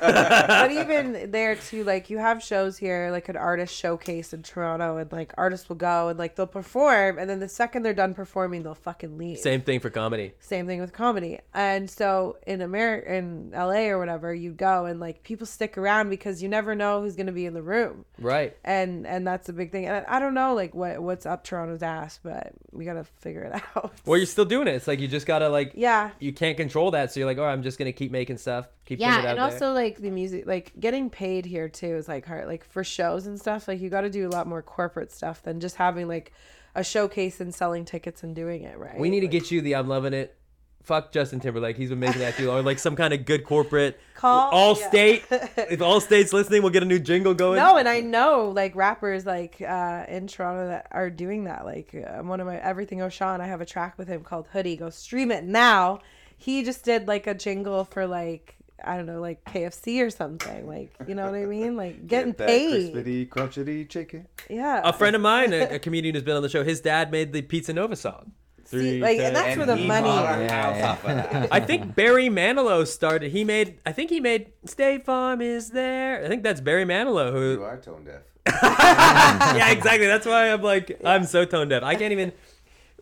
Speaker 5: but even there too, like you have shows here, like an artist showcase in Toronto, and like artists will go and like they'll perform, and then the second they're done performing, they'll fucking leave.
Speaker 1: Same thing for comedy.
Speaker 5: same thing with comedy and so in america in la or whatever you go and like people stick around because you never know who's going to be in the room
Speaker 1: Right.
Speaker 5: and and that's a big thing and i don't know like what what's up toronto's ass but we gotta figure it out
Speaker 1: Well, you're still doing it. It's like you just gotta like
Speaker 5: yeah
Speaker 1: you can't control that. So you're like, oh, I'm just gonna keep making stuff. Keep putting
Speaker 5: yeah
Speaker 1: it out
Speaker 5: and
Speaker 1: there.
Speaker 5: also like the music like getting paid here too is like hard like for shows and stuff like you gotta do a lot more corporate stuff than just having like a showcase and selling tickets and doing it right
Speaker 1: we need to
Speaker 5: Like,
Speaker 1: get you the I'm loving it. Fuck Justin Timberlake. He's been making that too long. Or like some kind of good corporate.
Speaker 5: Call-
Speaker 1: All
Speaker 5: yeah.
Speaker 1: state. if all states listening, we'll get a new jingle going.
Speaker 5: No, and I know like rappers like uh, in Toronto that are doing that. Like uh, one of my everything O'Shawn, I have a track with him called Hoodie. Go stream it now. He just did like a jingle for like I don't know like KFC or something. Like you know what I mean? Like getting
Speaker 4: Get that
Speaker 5: paid.
Speaker 4: Crispity, crunchity chicken.
Speaker 5: Yeah.
Speaker 1: a friend of mine, a, a comedian who's been on the show, his dad made the Pizza Nova song.
Speaker 5: See, like and that's
Speaker 4: And
Speaker 5: where the
Speaker 4: we
Speaker 5: money.
Speaker 4: bought our house off of that.
Speaker 1: I think Barry Manilow started. He made. I think he made State Farm is there. I think that's Barry Manilow
Speaker 4: You
Speaker 1: who.
Speaker 4: are tone deaf.
Speaker 1: yeah, exactly. That's why I'm like I'm so tone deaf. I can't even.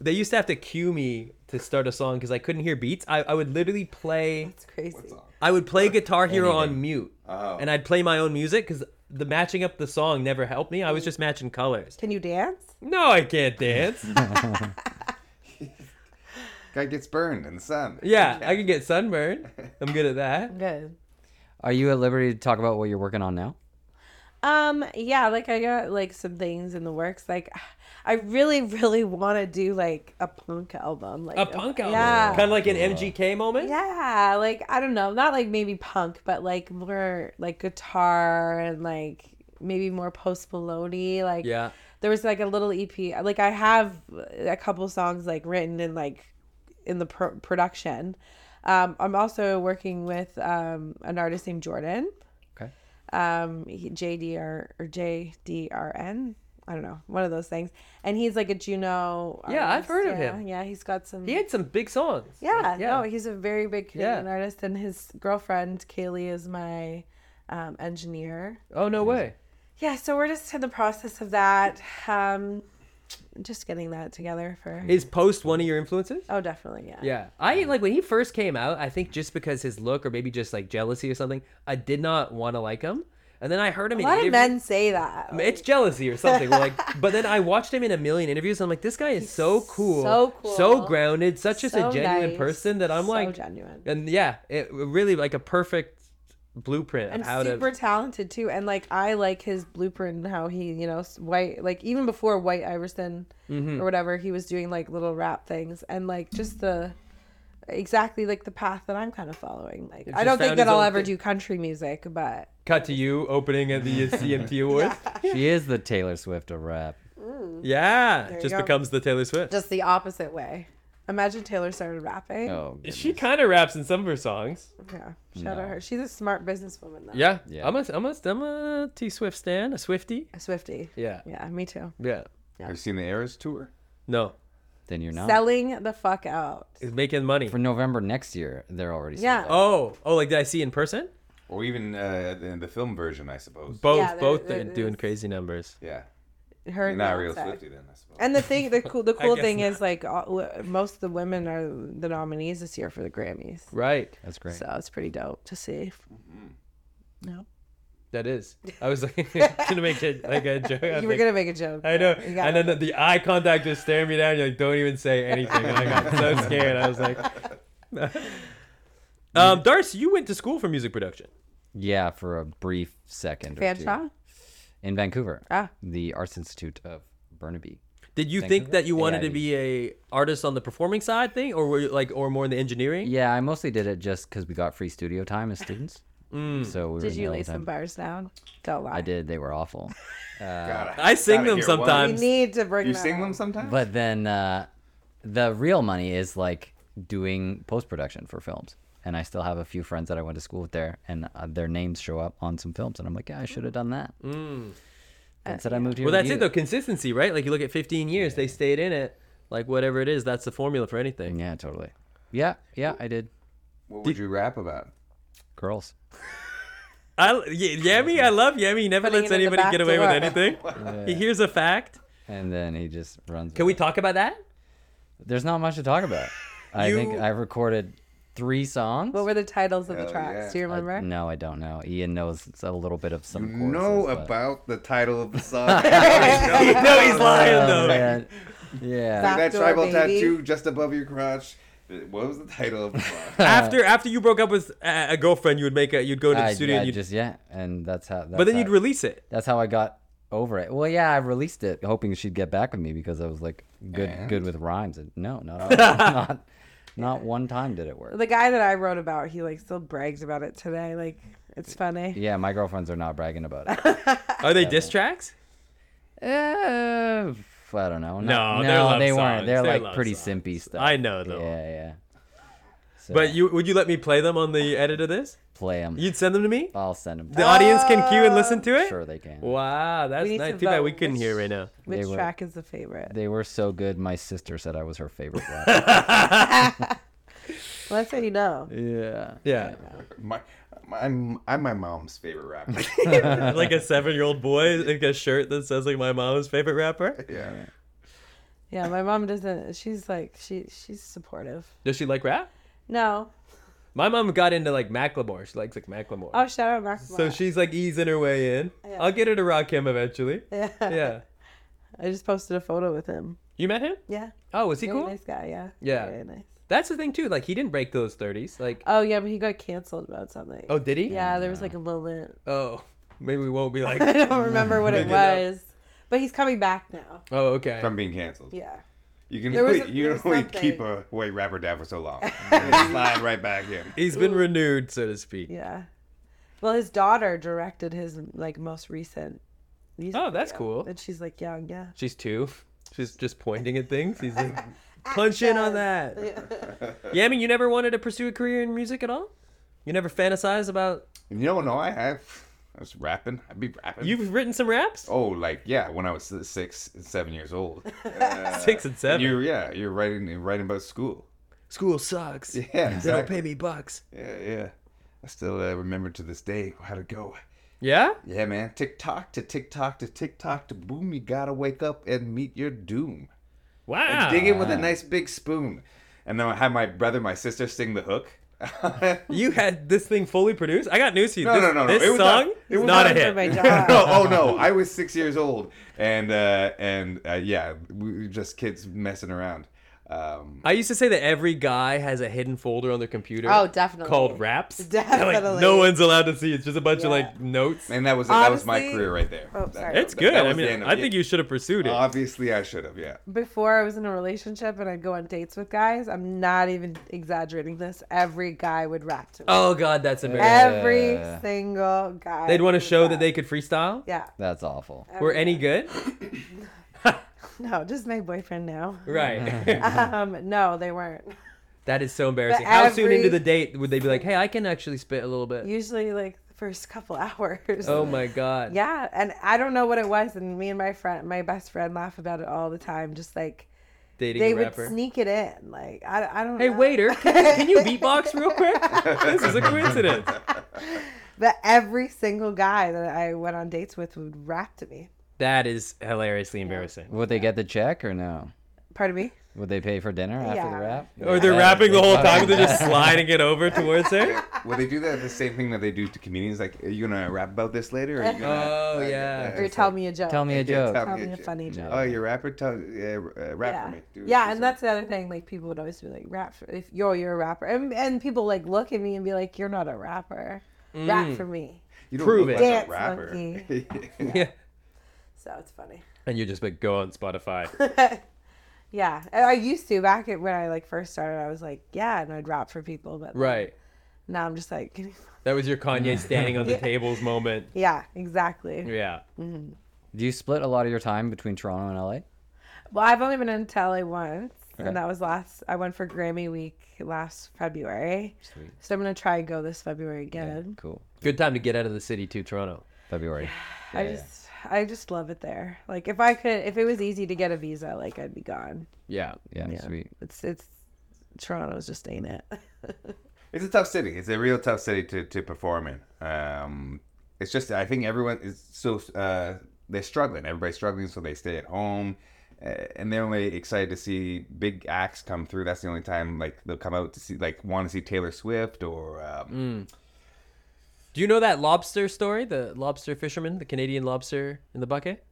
Speaker 1: They used to have to cue me to start a song because I couldn't hear beats. I, I would literally play.
Speaker 5: It's crazy.
Speaker 1: I would play Guitar Hero on mute,
Speaker 4: Oh.
Speaker 1: and I'd play my own music because the matching up the song never helped me. I was just matching colors.
Speaker 5: Can you dance?
Speaker 1: No, I can't dance.
Speaker 4: Guy gets burned in the sun.
Speaker 1: yeah, I can get sunburned. I'm good at that.
Speaker 5: Good.
Speaker 6: Are you at liberty to talk about what you're working on now?
Speaker 5: Um, yeah, like I got like some things in the works. Like I really, really want to do like a punk album. Like
Speaker 1: A punk album,
Speaker 5: Yeah.
Speaker 1: kind of like an MGK moment.
Speaker 5: Yeah, like I don't know, not like maybe punk, but like more like guitar and like maybe more post Maloney. Like
Speaker 1: Yeah.
Speaker 5: there was like a little EP. Like I have a couple songs like written and like in the pro- production. Um, I'm also working with um, an artist named Jordan.
Speaker 6: Okay.
Speaker 5: Um, he, JDR or JDRN. I don't know, one of those things. And he's like a Juno.
Speaker 1: Yeah, I've
Speaker 5: artist.
Speaker 1: heard of
Speaker 5: Yeah,
Speaker 1: him.
Speaker 5: Yeah, he's got some.
Speaker 1: He had some big songs.
Speaker 5: Yeah,
Speaker 1: yeah.
Speaker 5: no, he's a very big Canadian
Speaker 1: Yeah.
Speaker 5: artist, and his girlfriend Kaylee is my um, engineer.
Speaker 1: Oh no way.
Speaker 5: Yeah, so we're just in the process of that. Um, just getting that together for.
Speaker 1: Is Post one of your influences?
Speaker 5: Oh, definitely, yeah.
Speaker 1: Yeah, Uh, I like when he first came out. I think just because his look, or maybe just like jealousy or something, I did not want to like him. And then I heard him.
Speaker 5: A
Speaker 1: in
Speaker 5: lot of
Speaker 1: interview-
Speaker 5: men say that.
Speaker 1: I mean, It's jealousy or something. like, but then I watched him in a million interviews. And I'm like, this guy is so cool,
Speaker 5: so
Speaker 1: so
Speaker 5: cool,
Speaker 1: grounded, such just
Speaker 5: So
Speaker 1: a genuine
Speaker 5: nice,
Speaker 1: person that I'm
Speaker 5: so
Speaker 1: like,
Speaker 5: genuine.
Speaker 1: and yeah, it really like a perfect blueprint
Speaker 5: and
Speaker 1: of how
Speaker 5: super
Speaker 1: to.
Speaker 5: talented too. And like I like his blueprint and how he, you know, s- white like even before White Iverson
Speaker 1: Mm-hmm.
Speaker 5: or whatever, he was doing like little rap things and like just the exactly like the path that I'm kind of following. Like I
Speaker 1: just
Speaker 5: don't think
Speaker 1: found
Speaker 5: that
Speaker 1: his
Speaker 5: I'll
Speaker 1: own
Speaker 5: ever
Speaker 1: thing.
Speaker 5: do country music, but
Speaker 1: Cut to you opening at the CMT Awards.
Speaker 6: She is the Taylor Swift of rap.
Speaker 1: Yeah,
Speaker 5: you
Speaker 1: just
Speaker 5: go.
Speaker 1: becomes the Taylor Swift.
Speaker 5: just the opposite way. Imagine Taylor started rapping.
Speaker 6: Oh,
Speaker 1: she kind of raps in some of her songs.
Speaker 5: Yeah. Shout out her. She's a smart businesswoman though.
Speaker 1: Yeah,
Speaker 6: Yeah.
Speaker 1: I'm a I'm a I'm a T Swift stan, a Swifty.
Speaker 5: A Swifty.
Speaker 1: Yeah,
Speaker 5: Yeah, me too.
Speaker 1: yeah.
Speaker 4: Have you seen the Eras tour?
Speaker 1: No,
Speaker 6: then you're not.
Speaker 5: Selling the fuck out.
Speaker 1: it's making money.
Speaker 6: For November next year, they're already. sold
Speaker 5: Yeah.
Speaker 6: out.
Speaker 1: Oh, oh, like did I see in person?
Speaker 4: Or even uh, in the film version, I suppose.
Speaker 1: Both,
Speaker 5: Yeah, they're-
Speaker 1: both
Speaker 5: they're-
Speaker 1: are doing crazy numbers.
Speaker 4: yeah.
Speaker 5: Her
Speaker 4: You're
Speaker 5: and
Speaker 4: not a real
Speaker 5: Beyonce.
Speaker 4: Swifty then, I suppose.
Speaker 5: And the thing, the cool, the cool
Speaker 1: guess
Speaker 5: thing
Speaker 1: not.
Speaker 5: is like all, w- most of the women are the nominees this year for the Grammys,
Speaker 1: Right,
Speaker 6: That's great.
Speaker 5: so it's pretty dope to see. No,
Speaker 1: that is. I was like gonna make a, like a joke. I was
Speaker 5: you were
Speaker 1: like,
Speaker 5: gonna make a joke.
Speaker 1: I know,
Speaker 5: You got
Speaker 1: and then the, the eye contact just staring me down. You're like, don't even say anything. And I got so scared. I was like, um, Darcy, you went to school for music production.
Speaker 6: Yeah, for a brief second. or two.
Speaker 5: Fanshawe.
Speaker 6: in Vancouver.
Speaker 5: Ah.
Speaker 6: The Arts Institute of Burnaby.
Speaker 1: Did you
Speaker 6: Vancouver?
Speaker 1: think that you wanted to
Speaker 6: AIB.
Speaker 1: be a artist on the performing side thing, or were you like, or more in the engineering?
Speaker 6: Yeah, I mostly did it just because we got free studio time as students.
Speaker 1: Mm.
Speaker 6: So we were
Speaker 5: Did
Speaker 6: in
Speaker 5: you
Speaker 6: there all
Speaker 5: lay
Speaker 6: the
Speaker 5: some
Speaker 6: time.
Speaker 5: bars down? Don't lie.
Speaker 6: I did. They were awful.
Speaker 4: God,
Speaker 1: I sing
Speaker 4: gotta
Speaker 1: them
Speaker 4: hear one.
Speaker 5: We
Speaker 1: sometimes.
Speaker 5: need to bring.
Speaker 4: You
Speaker 5: that
Speaker 4: sing them
Speaker 5: up.
Speaker 4: sometimes?
Speaker 6: But then uh, the real money is like doing post production for films. And I still have a few friends that I went to school with there, and uh, their names show up on some films. And I'm like, yeah, I should have done that. Mm. And said I moved here.
Speaker 1: Well,
Speaker 6: with
Speaker 1: that's
Speaker 6: you.
Speaker 1: it though. Consistency, right? Like you look at 15 years, they stayed in it. Like whatever it is, that's the formula for anything.
Speaker 6: Yeah, totally. Yeah, yeah, I did.
Speaker 4: what would you rap about?
Speaker 6: Girls.
Speaker 1: I y- Yemi, I love Yemi. He never
Speaker 5: Putting
Speaker 1: lets
Speaker 5: it in the
Speaker 1: anybody
Speaker 5: back
Speaker 1: get away with
Speaker 5: door.
Speaker 1: anything. He hears a fact.
Speaker 6: And then he just runs.
Speaker 1: Can
Speaker 6: with
Speaker 1: we
Speaker 6: it.
Speaker 1: talk about that?
Speaker 6: There's not much to talk about. I think
Speaker 1: You-
Speaker 6: I recorded three songs.
Speaker 5: What were the titles of the
Speaker 4: Oh,
Speaker 5: tracks?
Speaker 4: yeah.
Speaker 5: Do you
Speaker 6: I-
Speaker 5: remember?
Speaker 6: no, I don't know. Ian knows a little bit of some.
Speaker 4: You know
Speaker 6: choruses, but-
Speaker 4: about the title of the song. That
Speaker 1: no, he's lying
Speaker 6: Oh,
Speaker 1: though.
Speaker 6: man. Yeah.
Speaker 5: Stop. Backdoor
Speaker 4: tribal
Speaker 5: baby.
Speaker 4: tattoo just above your crotch. What was the title of the song?
Speaker 1: After after you broke up with a, a girlfriend, you would make a you'd go to the
Speaker 6: I,
Speaker 1: studio
Speaker 6: I
Speaker 1: and you'd,
Speaker 6: just yeah, and that's how. That's
Speaker 1: but then
Speaker 6: how,
Speaker 1: you'd release it.
Speaker 6: That's how I got over it. Well, yeah, I released it hoping she'd get back with me because I was like good, good with rhymes. And no, not at all. not, not one time did it work.
Speaker 5: The guy that I wrote about, he like still brags about it today. Like it's funny.
Speaker 6: Yeah, my girlfriends are not bragging about it.
Speaker 1: Are they diss tracks?
Speaker 6: uh, f- I don't
Speaker 1: No,
Speaker 6: know. Not,
Speaker 1: they're love
Speaker 6: they
Speaker 1: songs.
Speaker 6: weren't. They're,
Speaker 1: They're
Speaker 6: like
Speaker 1: love
Speaker 6: pretty
Speaker 1: songs.
Speaker 6: simpy stuff.
Speaker 1: I know them.
Speaker 6: Yeah, yeah. So,
Speaker 1: But you would you let me play them on the edit of this?
Speaker 6: play them.
Speaker 1: You'd send them to me.
Speaker 6: I'll send them.
Speaker 1: The audience can cue and listen to it.
Speaker 6: Sure, they can.
Speaker 1: Wow, that's
Speaker 5: need
Speaker 1: nice.
Speaker 5: to
Speaker 1: Too bad we
Speaker 5: vote
Speaker 1: couldn't hear
Speaker 5: which-
Speaker 1: right now.
Speaker 5: Which
Speaker 6: were-
Speaker 5: track is the favorite?
Speaker 6: They were so good. My sister said I was her favorite. rapper.
Speaker 5: well, that's how you know.
Speaker 6: yeah.
Speaker 1: Yeah,
Speaker 4: my, my, I'm, I'm my mom's favorite rapper.
Speaker 1: like a seven-year-old boy in a shirt that says like my mom's favorite rapper.
Speaker 4: yeah.
Speaker 5: Yeah, my mom doesn't. She's like she she's supportive.
Speaker 1: Does she like rap?
Speaker 5: No.
Speaker 1: My mom got into like Macklemore. She likes like Macklemore.
Speaker 5: Oh, shout out Mac.
Speaker 1: so she's like easing her way in. I'll get her to rock him eventually.
Speaker 5: Yeah.
Speaker 1: Yeah.
Speaker 5: I just posted a photo with him.
Speaker 1: You met him?
Speaker 5: Yeah.
Speaker 1: Oh, was he
Speaker 5: Really
Speaker 1: cool?
Speaker 5: nice guy. Yeah.
Speaker 1: Yeah.
Speaker 5: Very nice.
Speaker 1: That's the thing too. Like he didn't break those thirties. Like
Speaker 5: Oh yeah, but he got canceled about something.
Speaker 1: oh, did he?
Speaker 5: Yeah, there was like a moment.
Speaker 1: Oh, maybe we won't be like.
Speaker 5: I don't remember what it
Speaker 1: Maybe not.
Speaker 5: was, but he's coming back now.
Speaker 1: oh, okay.
Speaker 4: From being canceled.
Speaker 5: Yeah.
Speaker 4: You can
Speaker 5: There was
Speaker 4: only,
Speaker 5: a-
Speaker 4: you
Speaker 5: there
Speaker 4: can
Speaker 5: was
Speaker 4: only
Speaker 5: something.
Speaker 4: keep a white rapper down for so long. And then slide right back in.
Speaker 1: He's been renewed, so to speak.
Speaker 5: Yeah. Well, his daughter directed his like most recent. music
Speaker 1: Oh, that's
Speaker 5: video,
Speaker 1: cool.
Speaker 5: And she's like young. Yeah.
Speaker 1: She's two. She's just pointing at things. He's like, punch in on that. yeah, I mean, you never wanted to pursue a career in music at all. You never fantasized about.
Speaker 4: And you don't know I have. I was rapping. I'd be rapping.
Speaker 1: You've written some raps.
Speaker 4: Oh, like yeah, when I was six and seven years old.
Speaker 1: Six and seven.
Speaker 4: You're Oh, yeah, you're writing you're writing about school.
Speaker 1: School sucks.
Speaker 4: Yeah,
Speaker 1: They don't
Speaker 4: exactly.
Speaker 1: pay me bucks.
Speaker 4: Yeah, yeah. I still uh, remember to this day how to go.
Speaker 1: Yeah?
Speaker 4: Yeah, man. Tick tock to tick tock to tick tock to boom. You gotta wake up and meet your doom.
Speaker 1: Wow.
Speaker 4: And dig it with a nice big spoon. And then I had my brother, my sister sing the hook.
Speaker 1: You had this thing fully produced? I got news for you.
Speaker 4: No,
Speaker 1: this,
Speaker 4: no, no, no.
Speaker 1: This
Speaker 4: It was
Speaker 1: song
Speaker 4: not- it
Speaker 1: is
Speaker 4: was
Speaker 1: not,
Speaker 4: not
Speaker 1: a
Speaker 5: for
Speaker 1: hit.
Speaker 5: my
Speaker 4: no,
Speaker 5: job.
Speaker 4: oh no, I was six years old, and uh, and uh, yeah, we were just kids messing around. Um,
Speaker 1: I used to say that every guy has a hidden folder on their computer.
Speaker 5: Oh, definitely.
Speaker 1: Called raps. Like,
Speaker 5: Definitely.
Speaker 1: no one's allowed to see. It's just a bunch of like notes.
Speaker 4: and that was that was my
Speaker 5: Honestly-
Speaker 4: career right there.
Speaker 5: Oh, sorry.
Speaker 1: It's
Speaker 4: That-
Speaker 1: good.
Speaker 4: that
Speaker 1: I
Speaker 4: was the
Speaker 1: mean,
Speaker 4: end of
Speaker 1: I
Speaker 4: it.
Speaker 1: think you should have pursued it.
Speaker 4: Obviously, I should have. Yeah.
Speaker 5: Before I was in a relationship and I'd go on dates with guys, I'm not even exaggerating this. Every guy would rap to me.
Speaker 1: oh God, that's embarrassing.
Speaker 5: Every
Speaker 6: Yeah.
Speaker 5: single guy.
Speaker 1: They'd want to
Speaker 5: would
Speaker 1: show that
Speaker 5: rap.
Speaker 1: they could freestyle.
Speaker 5: Yeah.
Speaker 6: That's awful.
Speaker 1: Were
Speaker 5: every
Speaker 1: any
Speaker 5: guy.
Speaker 1: good?
Speaker 5: No, just my boyfriend now.
Speaker 1: Right.
Speaker 5: Um, no, they weren't.
Speaker 1: that is so embarrassing. How soon
Speaker 5: every-
Speaker 1: into the date would they be like, "Hey, I can actually spit a little bit"?
Speaker 5: Usually, like the first couple hours.
Speaker 1: Oh my God.
Speaker 5: Yeah, and I don't know what it was, and me and my friend, my best friend, laugh about it all the time. Just like
Speaker 1: Dating
Speaker 5: they
Speaker 1: a
Speaker 5: would
Speaker 1: rapper.
Speaker 5: sneak it in. Like I, I don't.
Speaker 1: Hey
Speaker 5: know.
Speaker 1: waiter, can you, can you beatbox real quick? This is a coincidence.
Speaker 5: But every single guy that I went on dates with would rap to me.
Speaker 1: That is hilariously embarrassing.
Speaker 6: Would they get the check or no?
Speaker 5: Pardon me.
Speaker 6: Would they pay for dinner after
Speaker 5: Yeah.
Speaker 6: the rap?
Speaker 1: Or Oh, they're
Speaker 6: Yeah,
Speaker 1: rapping the
Speaker 6: they
Speaker 1: whole time,
Speaker 6: fucking-
Speaker 1: they're just sliding it over towards her.
Speaker 4: Well, they do that the same thing that they do to comedians. Like, are you gonna rap about this later? Or are you gonna,
Speaker 1: Oh
Speaker 4: like,
Speaker 1: yeah.
Speaker 5: Or you
Speaker 4: it's
Speaker 5: tell
Speaker 4: like,
Speaker 5: me a joke.
Speaker 6: Tell me a
Speaker 4: yeah,
Speaker 6: joke.
Speaker 5: Tell me a
Speaker 4: joke.
Speaker 5: funny joke.
Speaker 4: Oh, you're a rapper. Tell uh, uh, rap
Speaker 5: yeah.
Speaker 4: for me. Do-
Speaker 5: yeah,
Speaker 4: do
Speaker 5: and that's the other thing. Like people would always be like, "Rap for, if you're you're a rapper," and and people like look at me and be like, "You're not a rapper.
Speaker 1: Mm.
Speaker 5: Rap for me."
Speaker 4: You don't
Speaker 1: Prove it.
Speaker 4: look like a
Speaker 5: Dance
Speaker 4: rapper.
Speaker 5: monkey.
Speaker 1: yeah.
Speaker 5: So it's funny.
Speaker 1: And you just like go on Spotify.
Speaker 5: Yeah, I I used to back at when I like first started. I was like, yeah, and I'd rap for people, but
Speaker 1: right.
Speaker 5: now I'm just like,
Speaker 1: That was your Kanye standing on the tables moment.
Speaker 5: yeah, exactly.
Speaker 1: Yeah.
Speaker 6: Do you split a lot of your time between Toronto and LA?
Speaker 5: Well, I've only been in LA once, and that was last. I went for Grammy week last February, so I'm gonna try and go this February again.
Speaker 6: Cool.
Speaker 1: Good time to get out of the city to Toronto.
Speaker 6: February.
Speaker 5: I just, I just love it there. Like if I could, if it was easy to get a visa, like I'd be gone.
Speaker 1: Yeah.
Speaker 6: Yeah, sweet.
Speaker 5: It's, it's, Toronto's just ain't it.
Speaker 4: It's a tough city. It's a real tough city to, to perform in. Um, it's just I think everyone is so uh, they're struggling. Everybody's struggling, so they stay at home, uh, and they're only excited to see big acts come through. That's the only time like they'll come out to see like want to see Taylor Swift or um,
Speaker 1: Do you know that lobster story? The lobster fisherman, the Canadian lobster in the bucket?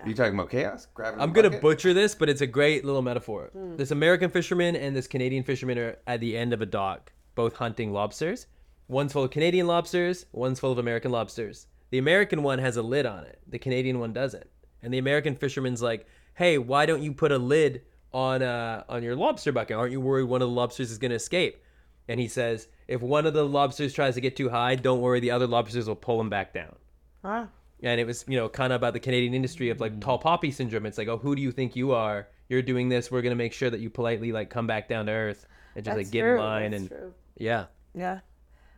Speaker 4: are you talking about chaos? Grabbing
Speaker 1: Mm. I'm
Speaker 4: the
Speaker 1: gonna
Speaker 4: bucket?
Speaker 1: butcher this, but it's a great little metaphor. This American fisherman and this Canadian fisherman are at the end of a dock, both hunting lobsters. One's full of Canadian lobsters, one's full of American lobsters. The American one has a lid on it, the Canadian one doesn't. And the American fisherman's like, "Hey, why don't you put a lid on uh, on your lobster bucket? Aren't you worried one of the lobsters is gonna escape?" And he says, "If one of the lobsters tries to get too high, don't worry, the other lobsters will pull him back down."
Speaker 5: Huh?
Speaker 1: and it was you know kind of about the Canadian industry of like tall poppy syndrome. It's like, oh, who do you think you are? You're doing this. We're gonna make sure that you politely like come back down to earth and just like get in line
Speaker 5: That's
Speaker 1: and
Speaker 5: true.
Speaker 1: yeah,
Speaker 5: Yeah.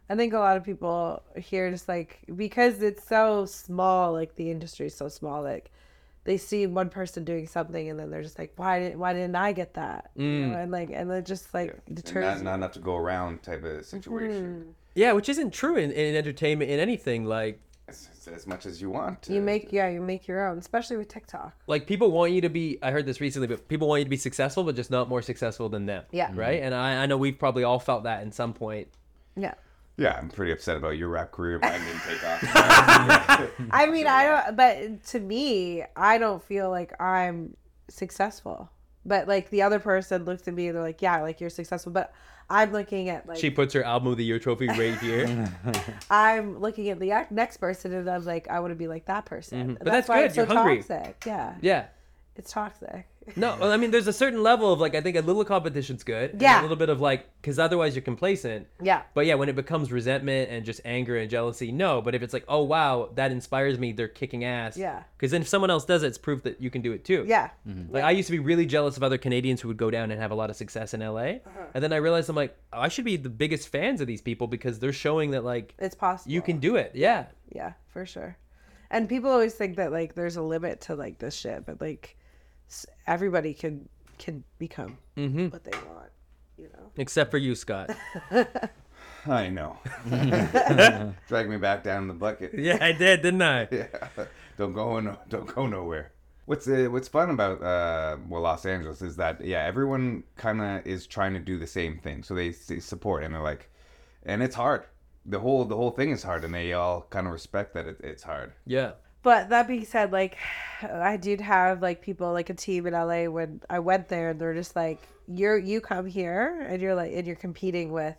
Speaker 5: I think a lot of people here just like because it's so small, like the industry is so small, like they see one person doing something and then they're just like, Why didn't why didn't I get that? You know, and like and it just like deters
Speaker 4: not,
Speaker 5: you.
Speaker 4: not enough to go around type of situation.
Speaker 1: yeah, which isn't true in, in entertainment in anything. Like
Speaker 4: It's, it's as much as you want.
Speaker 5: you make yeah, you make your own, especially with TikTok.
Speaker 1: like people want you to be. I heard this recently, but people want you to be successful, but just not more successful than them.
Speaker 5: Yeah.
Speaker 1: right. And I, I know we've probably all felt that in some point.
Speaker 5: Yeah.
Speaker 4: Yeah, I'm pretty upset about your rap career. Mine didn't take off.
Speaker 5: I mean I don't but to me, I don't feel like I'm successful. But like the other person looked at me and they're like, Yeah, like you're successful but I'm looking at like
Speaker 1: She puts her album of the year trophy right here.
Speaker 5: I'm looking at the ac- next person and I'm like, I want to be like that person. And
Speaker 1: Mm-hmm. But that's good,
Speaker 5: It's so
Speaker 1: you're hungry.
Speaker 5: toxic. Yeah,
Speaker 1: yeah.
Speaker 5: it's toxic.
Speaker 1: No, well, I mean, there's a certain level of like I think a little competition's good. and
Speaker 5: Yeah.
Speaker 1: A little bit of like because otherwise you're complacent.
Speaker 5: Yeah,
Speaker 1: But yeah, when it becomes resentment and just anger and jealousy, no. But if it's like, oh wow, that inspires me, they're kicking ass.
Speaker 5: Yeah.
Speaker 1: Because then if someone else does it, it's proof that you can do it too.
Speaker 5: yeah,
Speaker 1: Like I used to be really jealous of other Canadians who would go down and have a lot of success in LA,
Speaker 5: Uh-huh.
Speaker 1: and then I realized I'm like, oh, I should be the biggest fans of these people because they're showing that like
Speaker 5: it's possible.
Speaker 1: you can do it. Yeah.
Speaker 5: yeah, for sure. And people always think that like there's a limit to like this shit, but like s- everybody can
Speaker 1: Mm-hmm.
Speaker 5: can become what they want. You know,
Speaker 1: Except for you, Scott.
Speaker 4: I know. Drag me back down in the bucket.
Speaker 1: Yeah, I did, didn't I?
Speaker 4: yeah. Don't go no, don't go nowhere. What's uh, what's fun about uh, well Los Angeles is that yeah everyone kind of is trying to do the same thing, so they, they support and they're like, and it's hard. The whole the whole thing is hard, and they all kind of respect that it, it's hard.
Speaker 1: Yeah.
Speaker 5: But that being said, like I did have like people like a team in LA when I went there, and they're just like, "You're you come here and you're like and you're competing with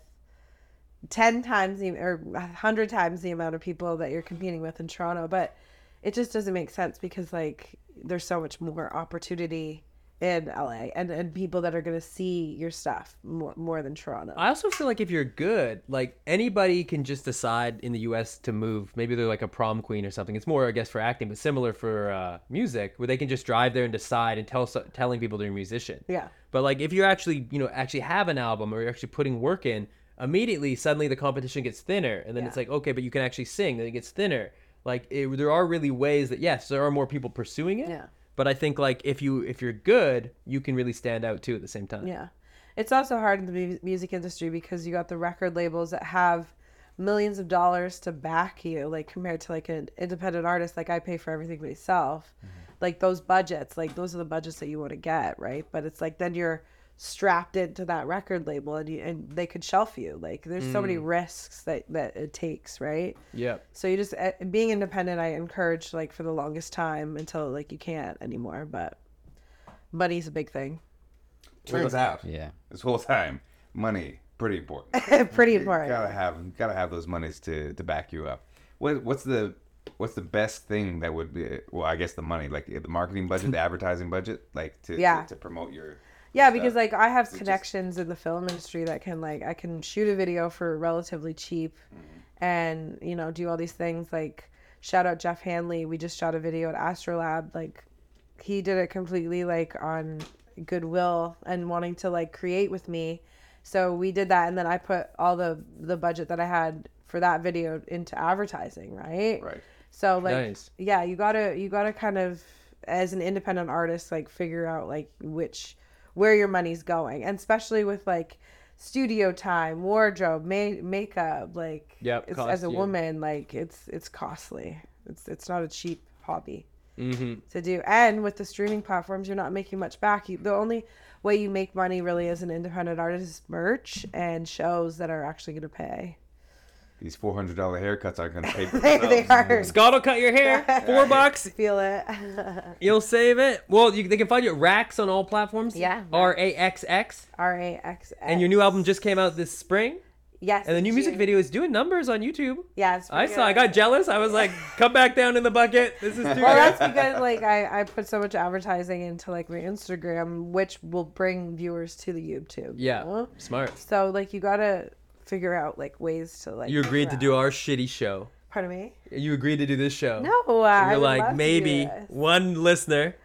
Speaker 5: ten times the or hundred times the amount of people that you're competing with in Toronto." But it just doesn't make sense because like there's so much more opportunity in LA and and people that are gonna see your stuff more more than Toronto.
Speaker 1: I also feel like if you're good, like anybody can just decide in the U.S. to move. Maybe they're like a prom queen or something. It's more, I guess, for acting, but similar for uh, music, where they can just drive there and decide and tell so- telling people they're a musician.
Speaker 5: Yeah.
Speaker 1: But like if you actually, you know, actually have an album or you're actually putting work in, immediately suddenly the competition gets thinner, and then it's like okay, but you can actually sing. Then it gets thinner. Like it, there are really ways that yes, there are more people pursuing it.
Speaker 5: Yeah.
Speaker 1: But I think like if you if you're good, you can really stand out too at the same time.
Speaker 5: Yeah. It's also hard in the mu- music industry because you got the record labels that have millions of dollars to back you, like compared to like an independent artist, like I pay for everything myself. Like those budgets, like those are the budgets that you want to get, right? But it's like then you're strapped into that record label and you, and they could shelf you. Like there's so many risks that that it takes, right?
Speaker 1: Yeah.
Speaker 5: So you just eh, being independent, I encourage like for the longest time until like you can't anymore, but money's a big thing.
Speaker 4: Turns out
Speaker 6: Yeah.
Speaker 4: this whole time money pretty important.
Speaker 5: Pretty
Speaker 4: You
Speaker 5: important.
Speaker 4: gotta have gotta have those monies to to back you up. What what's the what's the best thing that would be? Well, I guess the money, like the marketing budget, the advertising budget, like to
Speaker 5: Yeah.
Speaker 4: to, to promote your.
Speaker 5: Yeah, because
Speaker 4: stuff.
Speaker 5: like I have connections in the film industry that can like I can shoot a video for relatively cheap and you know do all these things like shout out Jeff Hanley, we just shot a video at Astrolab like he did it completely like on goodwill and wanting to like create with me. So we did that and then I put all the the budget that I had for that video into advertising, right?
Speaker 4: Right.
Speaker 5: So like
Speaker 1: Nice.
Speaker 5: yeah, you gotta you gotta kind of as an independent artist like figure out like which where your money's going, and especially with like studio time, wardrobe, ma- makeup, like
Speaker 1: Yep,
Speaker 5: it's, as a
Speaker 1: costume.
Speaker 5: woman, like it's it's costly. It's it's not a cheap hobby
Speaker 1: Mm-hmm.
Speaker 5: to do. And with the streaming platforms, you're not making much back. You, the only way you make money really as an independent artist is merch and shows that are actually gonna pay.
Speaker 4: These four hundred dollar haircuts aren't gonna pay for
Speaker 5: They, they
Speaker 4: themselves.
Speaker 1: Oh,
Speaker 5: are
Speaker 1: Scott'll cut your hair. Four bucks.
Speaker 5: feel it.
Speaker 1: You'll save it. Well, you, they can find you at Rax on all platforms.
Speaker 5: Yeah.
Speaker 1: R A X X.
Speaker 5: R A X X.
Speaker 1: And your new album just came out this spring.
Speaker 5: yes,
Speaker 1: And the new
Speaker 5: in
Speaker 1: music
Speaker 5: June.
Speaker 1: video is doing numbers on YouTube.
Speaker 5: Yeah, it's
Speaker 1: I
Speaker 5: pretty
Speaker 1: saw. I
Speaker 5: good.
Speaker 1: got jealous. I was like, "Come back down in the bucket. This is too."
Speaker 5: Well,
Speaker 1: good."
Speaker 5: that's because like I, I put so much advertising into like my Instagram, which will bring viewers to the YouTube. you
Speaker 1: Yeah,
Speaker 5: know?
Speaker 1: smart.
Speaker 5: So like you gotta figure out like ways to like.
Speaker 1: You agreed to
Speaker 5: interact.
Speaker 1: do our shitty show.
Speaker 5: Pardon me.
Speaker 1: You agreed to do this show.
Speaker 5: No, uh, I
Speaker 1: You're
Speaker 5: would love
Speaker 1: like
Speaker 5: to do
Speaker 1: maybe
Speaker 5: this.
Speaker 1: one listener.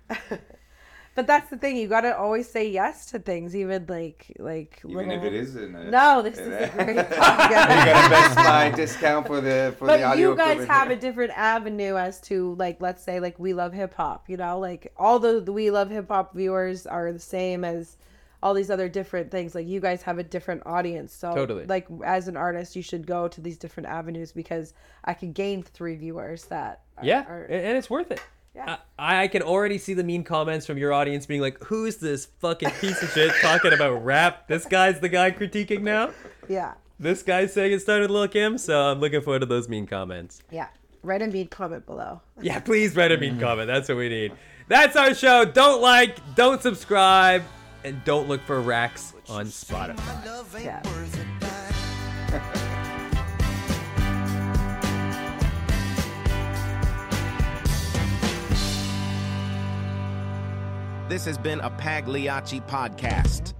Speaker 5: But that's the thing. You gotta always say yes to things, even like like.
Speaker 4: Even if
Speaker 5: little-
Speaker 4: it isn't. A,
Speaker 5: No, this is
Speaker 4: You
Speaker 5: a great.
Speaker 4: got a Best Buy discount for the for the
Speaker 5: but
Speaker 4: audio
Speaker 5: you guys
Speaker 4: equipment
Speaker 5: have a
Speaker 4: here.
Speaker 5: different avenue as to like let's say like we love hip hop you know like all the, the we love hip hop viewers are the same as all these other different things like you guys have a different audience so
Speaker 1: Totally.
Speaker 5: like as an artist you should go to these different avenues because i could gain three viewers that are-
Speaker 1: Yeah,
Speaker 5: are-
Speaker 1: a- and it's worth it.
Speaker 5: Yeah.
Speaker 1: I, I can already see the mean comments from your audience being like, "Who's this fucking piece of shit talking about rap? This guy's the guy critiquing now.
Speaker 5: yeah
Speaker 1: This guy's saying it started Lil Kim." So I'm looking forward to those mean comments.
Speaker 5: yeah write a mean comment below
Speaker 1: Yeah, please write a mean comment. That's what we need. That's our show. Don't like, don't subscribe, and don't look for racks on Spotify.
Speaker 3: My love ain't
Speaker 5: Yeah.
Speaker 3: worth a dime.
Speaker 7: This has been a Pagliacci podcast.